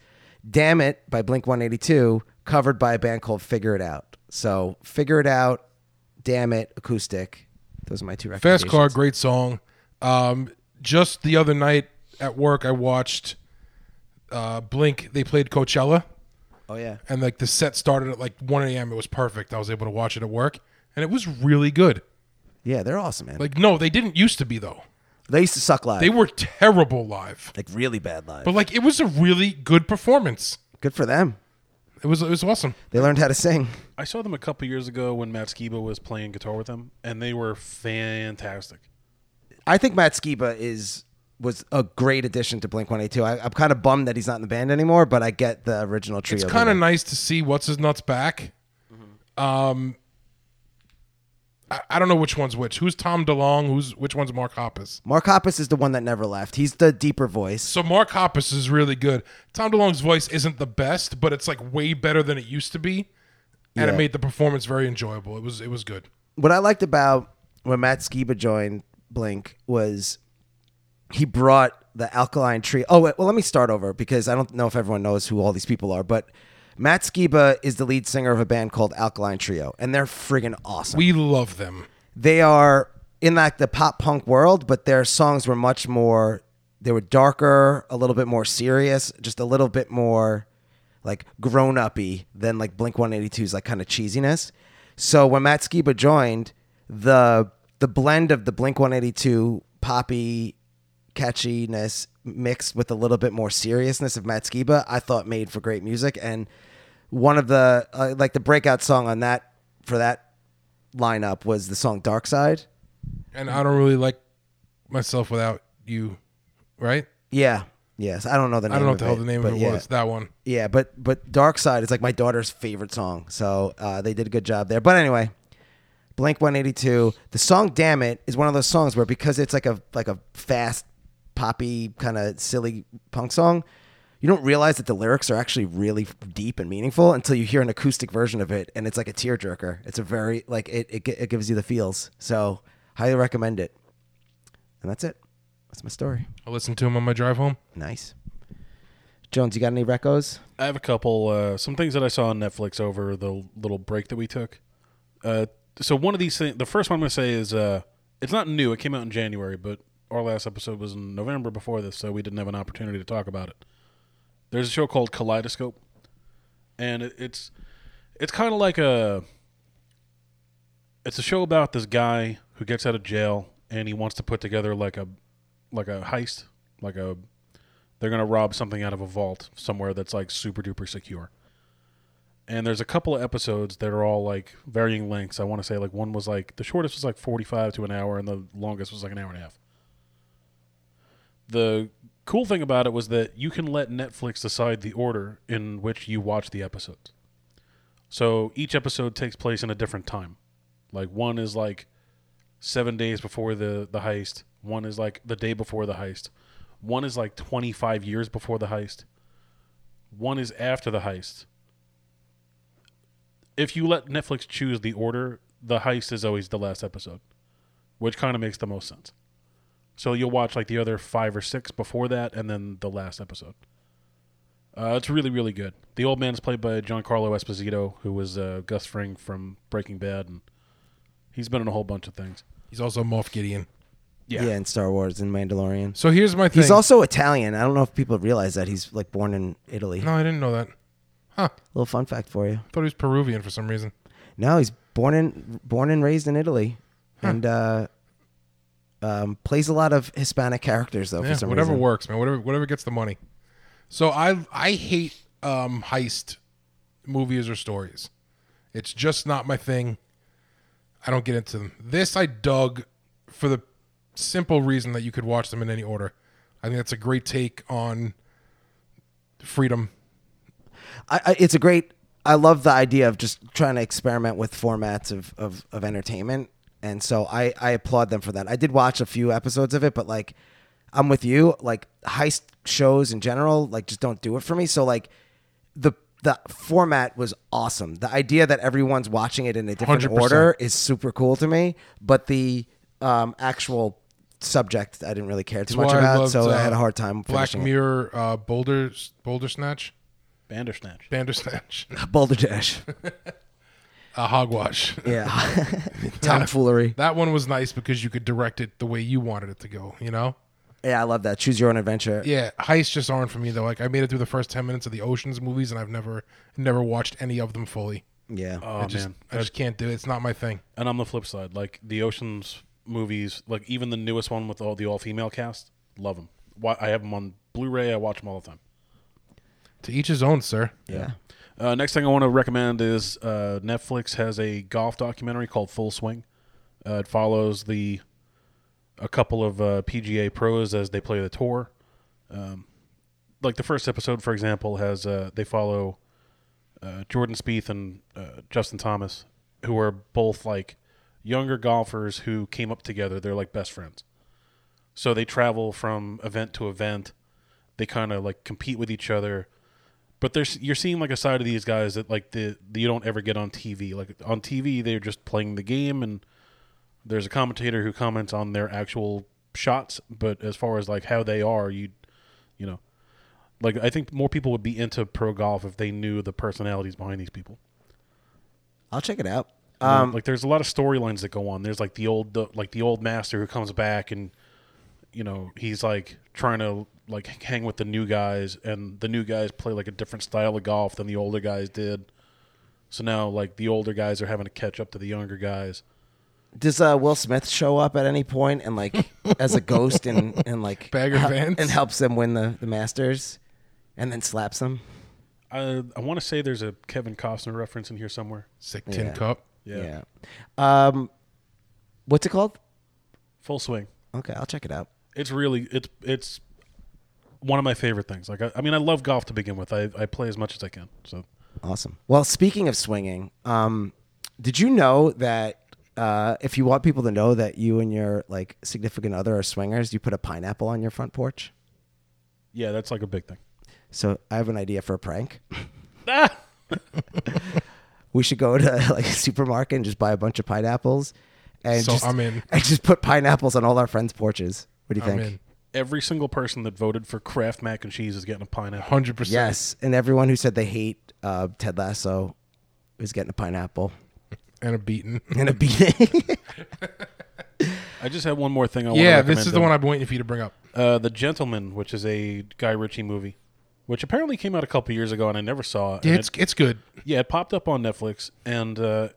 Damn It by Blink 182, covered by a band called Figure It Out. So, Figure It Out, Damn It, acoustic. Those are my two
Fast
recommendations.
Car, great song. Um, just the other night at work, I watched uh, Blink. They played Coachella,
Oh, yeah.
and like the set started at like 1 a.m. It was perfect. I was able to watch it at work, and it was really good.
Yeah, they're awesome, man.
Like, no, they didn't used to be though.
they used to suck live.
They were terrible live,
like really bad live.
but like it was a really good performance.
Good for them.
It was it was awesome.
They learned how to sing.
I saw them a couple years ago when Matt Skiba was playing guitar with them, and they were fantastic.
I think Matt Skiba is was a great addition to Blink 182. I, I'm kind of bummed that he's not in the band anymore, but I get the original trio.
It's kind of
there.
nice to see what's his nuts back. Um, I, I don't know which one's which. Who's Tom DeLong? Who's which one's Mark Hoppus?
Mark Hoppus is the one that never left. He's the deeper voice.
So Mark Hoppus is really good. Tom DeLong's voice isn't the best, but it's like way better than it used to be, and
Yeah.
it made the performance very enjoyable. It was it was good.
What I liked about when Matt Skiba joined Blink was he brought the Alkaline Trio. Oh, wait, well, let me start over because I don't know if everyone knows who all these people are, but Matt Skiba is the lead singer of a band called Alkaline Trio, and they're friggin' awesome.
We love them.
they are in like the pop punk world, but their songs were much more they were darker, a little bit more serious, just a little bit more like grown uppy than like Blink 182's like kind of cheesiness. So when Matt Skiba joined, the the blend of the Blink 182 poppy catchiness mixed with a little bit more seriousness of Matt Skiba, I thought made for great music. And one of the uh, like the breakout song on that for that lineup was the song Dark Side.
And I don't really like myself without you, right?
Yeah. Yes. I don't know the name
I don't
of
know what the hell
it,
the name
but
of it
yeah.
was. That one.
Yeah, but but Dark Side is like my daughter's favorite song. So uh, they did a good job there. But anyway, Blink 182. The song "Damn It" is one of those songs where because it's like a like a fast, poppy kind of silly punk song, you don't realize that the lyrics are actually really deep and meaningful until you hear an acoustic version of it, and it's like a tearjerker. It's a very like it it, gi- it gives you the feels. So highly recommend it. And that's it. That's my story.
I listened to him on my drive home.
Nice. Jones, you got any recos?
I have a couple uh, some things that I saw on Netflix over the little break that we took. Uh, so one of these things, the first one I'm going to say is uh, it's not new. It came out in January, but our last episode was in November before this, so we didn't have an opportunity to talk about it. There's a show called Kaleidoscope, and it, it's it's kind of like a it's a show about this guy who gets out of jail and he wants to put together like a like a heist, like a they're going to rob something out of a vault somewhere that's like super duper secure. And there's a couple of episodes that are all like varying lengths. I want to say like one was like the shortest was like 45 to an hour and the longest was like an hour and a half. The cool thing about it was that you can let Netflix decide the order in which you watch the episodes. So each episode takes place in a different time. Like one is like seven days before the the heist. One is like the day before the heist. One is like twenty five years before the heist. One is after the heist. If you let Netflix choose the order, the heist is always the last episode, which kind of makes the most sense. So you'll watch like the other five or six before that, and then the last episode. Uh, it's really, really good. The old man is played by Giancarlo Esposito, who was uh, Gus Fring from Breaking Bad, and he's been in a whole bunch of things.
He's also Moff Gideon.
Yeah, in Star Wars and Mandalorian.
So here's my thing.
He's also Italian. I don't know if people realize that he's like born in Italy.
no, I didn't know that. Huh?
Little fun fact for you.
Thought he was Peruvian for some reason.
No, he's born in born and raised in Italy, and uh, um, plays a lot of Hispanic characters though.
Yeah,
for some
whatever
reason.
works, man. Whatever whatever gets the money. So I I hate um, heist movies or stories. It's just not my thing. I don't get into them. This I dug for the simple reason that you could watch them in any order. I think that's a great take on freedom.
I, I, it's a great. I love the idea of just trying to experiment with formats of, of, of entertainment, and so I, I applaud them for that. I did watch a few episodes of it, but like, I'm with you. Like heist shows in general, like just don't do it for me. So like, the the format was awesome. The idea that everyone's watching it in a different
100%.
order is super cool to me. But the um, actual subject, I didn't really care too much
Why I
about,
loved,
so I
uh,
had a hard time.
Black
finishing it.
Mirror uh, Boulder Boulder Snatch
Bandersnatch.
Bandersnatch
Boulder Dash,
uh, Hogwash.
yeah, tomfoolery.
That one was nice because you could direct it the way you wanted it to go. You know.
Yeah, I love that. Choose your own adventure.
Yeah, heists just aren't for me though. Like I made it through the first ten minutes of the Ocean's movies, and I've never never watched any of them fully.
Yeah.
Oh
I just
man,
I just can't do it. It's not my thing.
And on the flip side, like the Ocean's movies, like even the newest one with all the all female cast, love them. I have them on Blu-ray. I watch them all the time.
To each his own, sir.
yeah.
Uh, next thing I want to recommend is uh, Netflix has a golf documentary called Full Swing. Uh, it follows the a couple of uh, PGA pros as they play the tour. Um, like the first episode, for example, has uh, they follow uh, Jordan Spieth and uh, Justin Thomas, who are both like younger golfers who came up together. They're like best friends, so they travel from event to event. They kind of like compete with each other but there's you're seeing like a side of these guys that like the, the you don't ever get on TV. Like on TV, they're just playing the game, and there's a commentator who comments on their actual shots. But as far as like how they are, you you know, like I think more people would be into pro golf if they knew the personalities behind these people.
I'll check it out.
You know,
Um,
like there's a lot of storylines that go on. There's like the old the, like the old master who comes back and you know he's like trying to like hang with the new guys and the new guys play like a different style of golf than the older guys did. So now like the older guys are having to catch up to the younger guys.
does uh, Will Smith show up at any point and like as a ghost and and like
Bag of
hel-
Vans?
and helps them win the, the Masters, and then slaps them?
I I want to say there's a Kevin Costner reference in here somewhere.
Sick tin
Yeah.
cup.
Yeah. Um, what's it called?
Full swing.
Okay, I'll check it out.
it's really it's it's one of my favorite things. Like I, I mean, I love golf to begin with. I, I play as much as I can. So
Awesome. Well, speaking of swinging, um, did you know that uh, if you want people to know that you and your like significant other are swingers, you put a pineapple on your front porch.
Yeah, that's like a big thing.
So I have an idea for a prank. we should go to like a supermarket and just buy a bunch of pineapples, and
So
just
I'm in.
and just put pineapples on all our friends' porches. What do you
I
think?
mean,
Every single person that voted for Kraft mac and cheese is getting a pineapple.
hundred percent.
Yes, and everyone who said they hate uh, Ted Lasso is getting a pineapple
and a beaten.
and a beating.
I just have one more thing I want to
Yeah, this is the
recommend,
one
though.
I've been waiting for you to bring up.
Uh, the Gentleman, which is a Guy Ritchie movie, which apparently came out a couple years ago and I never saw it. and
It's it's good.
it- yeah, it popped up on Netflix, and uh,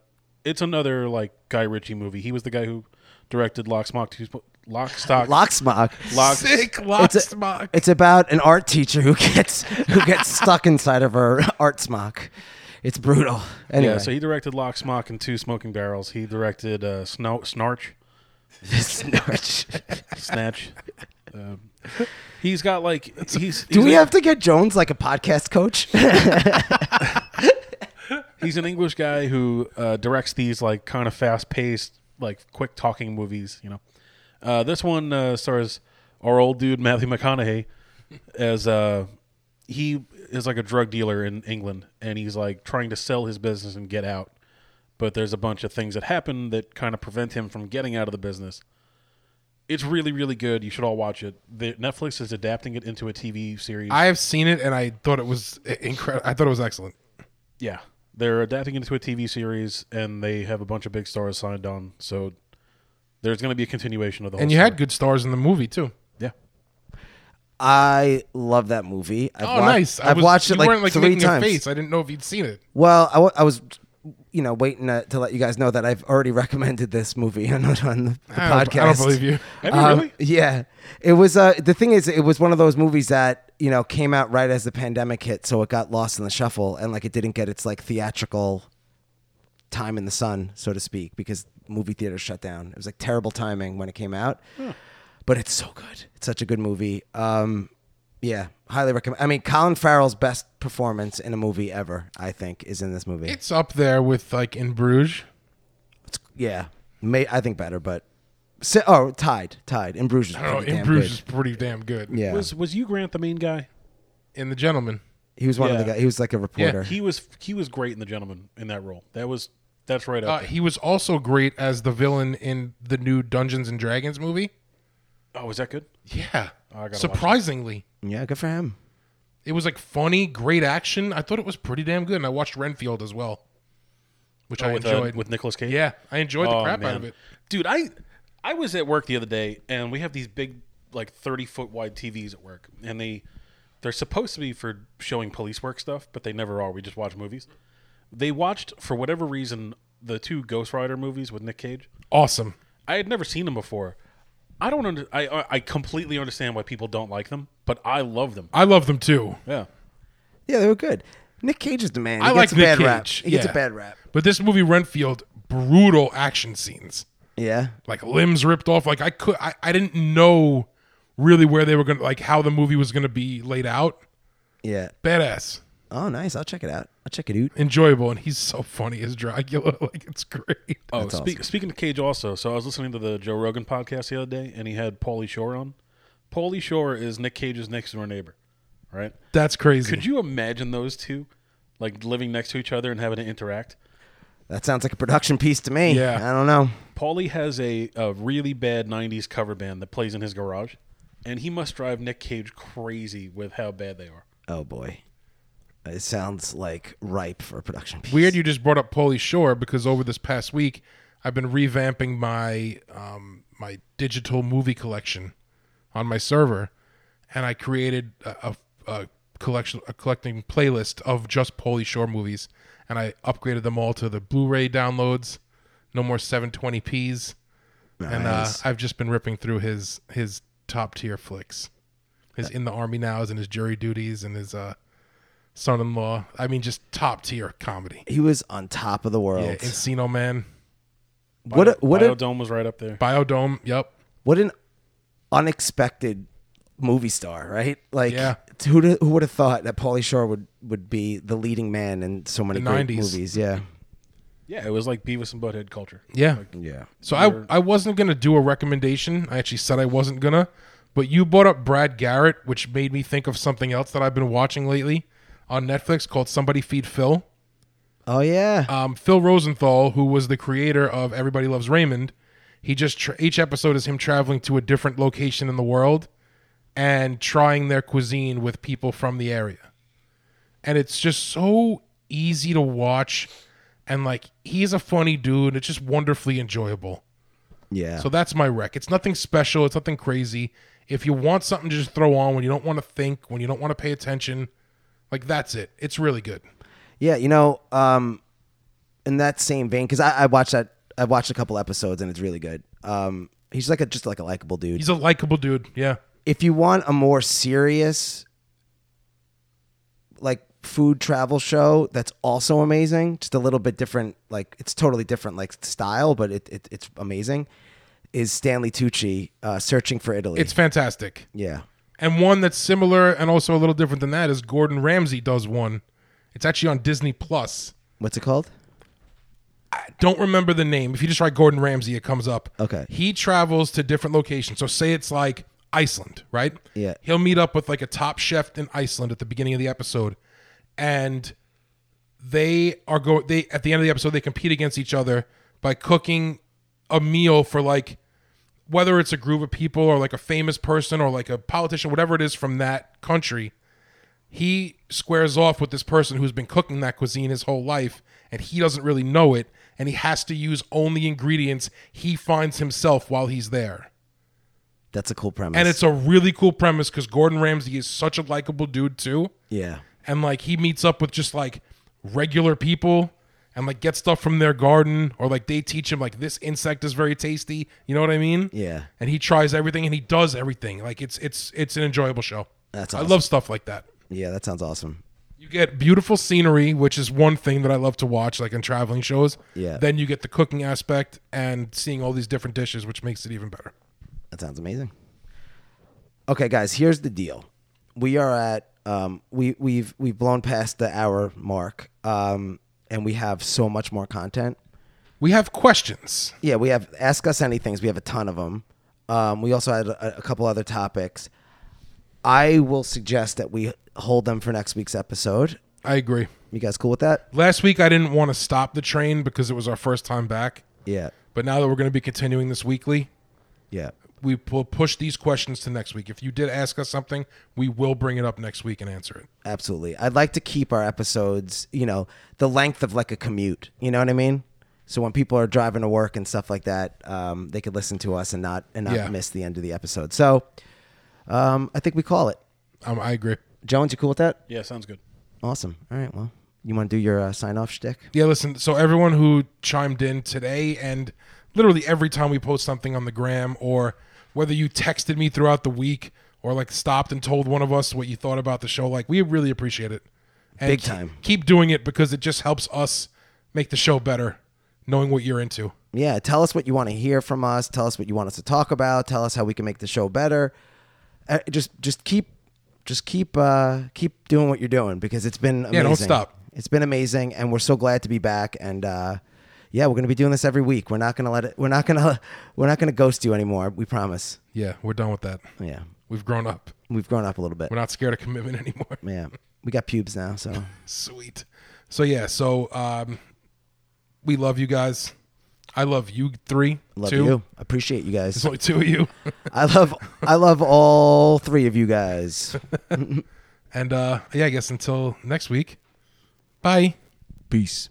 it's another like Guy Ritchie movie. He was the guy who directed Lock, Smock, Two, Sp- Lock, Stock,
Locksmock.
Lock-
It's,
Sick locksmock.
a, it's about an art teacher who gets who gets stuck inside of her art smock. It's brutal. Anyway,
Yeah, so he directed Lock, Smock, and Two Smoking Barrels. He directed uh, Snou- Snarch.
Snarch.
Snatch. um, he's got like he's.
Do
he's
we
a-
have to get Jones like a podcast coach?
He's an English guy who uh, directs these like kind of fast-paced, like quick talking movies. You know, uh, this one uh, stars our old dude Matthew McConaughey as uh, he is like a drug dealer in England, and he's like trying to sell his business and get out. But there's a bunch of things that happen that kind of prevent him from getting out of the business. It's really, really good. You should all watch it. The, Netflix is adapting it into a TV series.
I have seen it and I thought it was incredible. I thought it was excellent.
Yeah, they're adapting into a TV series, and they have a bunch of big stars signed on. So there's going to be a continuation of the. Whole
And you had
story.
good stars in the movie too.
yeah.
I love that movie. I've
Oh,
wa-
nice! I
I've
was-
watched
you
it like,
weren't,
three
making a
times.
face. I didn't know if you'd seen it.
Well, I, wa- I was, you know, waiting to, to let you guys know that I've already recommended this movie on, on the, the
I don't-
podcast.
I don't believe you.
Have you
Um,
really?
Yeah. It was. Uh, the thing is, it was one of those movies that you know came out right as the pandemic hit, so it got lost in the shuffle, and like it didn't get its like theatrical time in the sun, so to speak, because movie theaters shut down. It was like terrible timing when it came out, but it's so good. It's such a good movie. Um, yeah, highly recommend. I mean, Colin Farrell's best performance in a movie ever, I think, is in this movie.
It's up there with like in Bruges.
yeah, may I think better, but si- oh, tied, tied. In Bruges, is
I don't know.
pretty
Oh, In
damn
Bruges
good.
is pretty damn good.
Yeah,
Was was you Grant the main guy?
In the Gentleman.
He was one of the
Yeah.
guys. He was like a reporter.
He was he was great in the gentleman in that role. That was that's right
Uh,
up. there.
he was also great as the villain in the new Dungeons and Dragons movie.
oh, is that good?
Yeah,
I gotta watch it.
surprisingly,
yeah, good for him.
it was like funny, great action. I thought it was pretty damn good, and I watched Renfield as well,
Oh,
which I
with,
enjoyed.
uh, with Nicolas Cage.
yeah, I enjoyed the
Oh,
crap out of
man.
it.
Dude, I I was at work the other day and we have these big like 30 foot wide TVs at work and they they're supposed to be for showing police work stuff, but they never are. We just watch movies. They watched for whatever reason the two Ghost Rider movies with Nick Cage.
Awesome.
I had never seen them before. I don't under, I- I I completely understand why people don't like them, but I love them.
I love them too.
Yeah.
Yeah, they were good. Nick Cage is the man. He
I like
gets a
Nick
bad
Cage.
rap. He gets a
Yeah.
bad rap.
But this movie Renfield, brutal action scenes,
Yeah.
like limbs ripped off. Like I could, I, I didn't know really where they were gonna, like how the movie was gonna be laid out.
Yeah.
Badass,
Oh, nice. I'll check it out. I'll check it out.
enjoyable, and he's so funny as Dracula. Like it's great.
Oh,
That's
speak, speaking of Cage, also, so I was listening to the Joe Rogan podcast the other day, and he had Paulie Shore on. Paulie Shore is Nick Cage's next door neighbor, right?
That's crazy.
Could you imagine those two, like living next to each other and having to interact?
That sounds like a production piece to me.
Yeah.
I don't know.
Paulie has a, a really bad '90s cover band that plays in his garage, and he must drive Nick Cage crazy with how bad they are.
Oh boy. It sounds like ripe for a production piece.
Weird you just brought up Polly Shore because over this past week I've been revamping my um, my digital movie collection on my server, and I created a, a, a collection a collecting playlist of just Polly Shore movies, and I upgraded them all to the Blu-ray downloads. No more 720p's, and uh,
Nice.
I've just been ripping through his his top tier flicks, his In the Army Nows and his Jury Duties and his uh, Son-in-Law. I mean, just top tier comedy.
He was on top of the world.
Yeah, Encino Man,
what a, what a,
Biodome was right up there.
Biodome. Yep.
what an unexpected movie star, right? Like
Yeah.
who do, who would have thought that Paulie Shore would would be the leading man in so many
The
great
90s.
movies? Yeah.
Yeah, it was like Beavis and Butthead culture.
Yeah.
Yeah.
So I I wasn't gonna do a recommendation. I actually said I wasn't gonna, but you brought up Brad Garrett, which made me think of something else that I've been watching lately on Netflix called Somebody Feed Phil.
Oh yeah.
Um, Phil Rosenthal, who was the creator of Everybody Loves Raymond, he just tra- each episode is him traveling to a different location in the world and trying their cuisine with people from the area, and it's just so easy to watch, and like he's a funny dude. It's just wonderfully enjoyable.
yeah.
So that's my rec. It's nothing special. It's nothing crazy. If you want something to just throw on when you don't want to think, when you don't want to pay attention, like that's it. It's really good.
Yeah, you know, um, in that same vein, because I, I watched that, I watched a couple episodes, and it's really good. Um, he's like a just like a likable dude.
He's a likable dude. Yeah.
if you want a more serious, like food travel show, that's also amazing. Just a little bit different, like it's totally different, like style, but it, it it's amazing. Is Stanley Tucci uh, searching for Italy?
It's fantastic.
yeah,
And one that's similar and also a little different than that is Gordon Ramsay does one. It's actually on Disney Plus.
what's it called?
I don't remember the name. If you just write Gordon Ramsay, it comes up.
Okay.
He travels to different locations. So say it's like Iceland, right?
Yeah.
He'll meet up with like a top chef in Iceland at the beginning of the episode, and they are go they at the end of the episode they compete against each other by cooking a meal for like whether it's a group of people or like a famous person or like a politician, whatever it is from that country he squares off with this person who's been cooking that cuisine his whole life and he doesn't really know it and he has to use only ingredients he finds himself while he's there
That's a cool premise.
and it's a really cool premise because gordon ramsay is such a likable dude too
yeah,
and like he meets up with just like regular people and like get stuff from their garden or like they teach him like this insect is very tasty you know what i mean
Yeah.
and he tries everything and he does everything like it's it's it's an enjoyable show
That's
i
awesome.
love stuff like that
yeah. That sounds awesome.
you get beautiful scenery, which is one thing that I love to watch, like in traveling shows.
Yeah.
Then you get the cooking aspect and seeing all these different dishes, which makes it even better.
That sounds amazing. Okay, guys, here's the deal. We are at um, we we've we've blown past the hour mark, um, and we have so much more content.
We have questions.
Yeah, we have ask us anything's. We have a ton of them. Um, we also had a, a couple other topics. I will suggest that we hold them for next week's episode.
I agree.
You guys cool with that?
Last week I didn't want to stop the train because it was our first time back,
Yeah,
but now that we're going to be continuing this weekly,
yeah.
we will push these questions to next week. If you did ask us something, we will bring it up next week and answer it.
Absolutely. I'd like to keep our episodes, you know, the length of like a commute. You know what I mean? So when people are driving to work and stuff like that, um, they could listen to us and not and not
Yeah.
miss the end of the episode. So um, I think we call it.
Um, I agree.
Jones, you cool with that?
Yeah, sounds good.
Awesome. All right. Well, you want to do your uh, sign off shtick?
Yeah, listen. So everyone who chimed in today, and literally every time we post something on the gram, or whether you texted me throughout the week, or like stopped and told one of us what you thought about the show, like we really appreciate it. And
Big
ke-
time.
Keep doing it because it just helps us make the show better, knowing what you're into.
Yeah. Tell us what you want to hear from us. Tell us what you want us to talk about. Tell us how we can make the show better. Uh, just just keep just keep uh, keep doing what you're doing because it's been amazing.
don't stop.
It's been amazing, and we're so glad to be back. And uh, yeah, we're gonna be doing this every week. We're not gonna let it. We're not gonna. We're not gonna ghost you anymore. We promise.
Yeah, we're done with that.
Yeah,
We've grown up.
we've grown up a little bit.
We're not scared of commitment anymore.
Yeah, we got pubes now, so
Sweet. So yeah, so um, we love you guys. I love you three.
love
two.
you. Appreciate you
There's
guys.
only two of you.
I love. I love all three of you guys.
And uh yeah, I guess until next week. Bye.
Peace.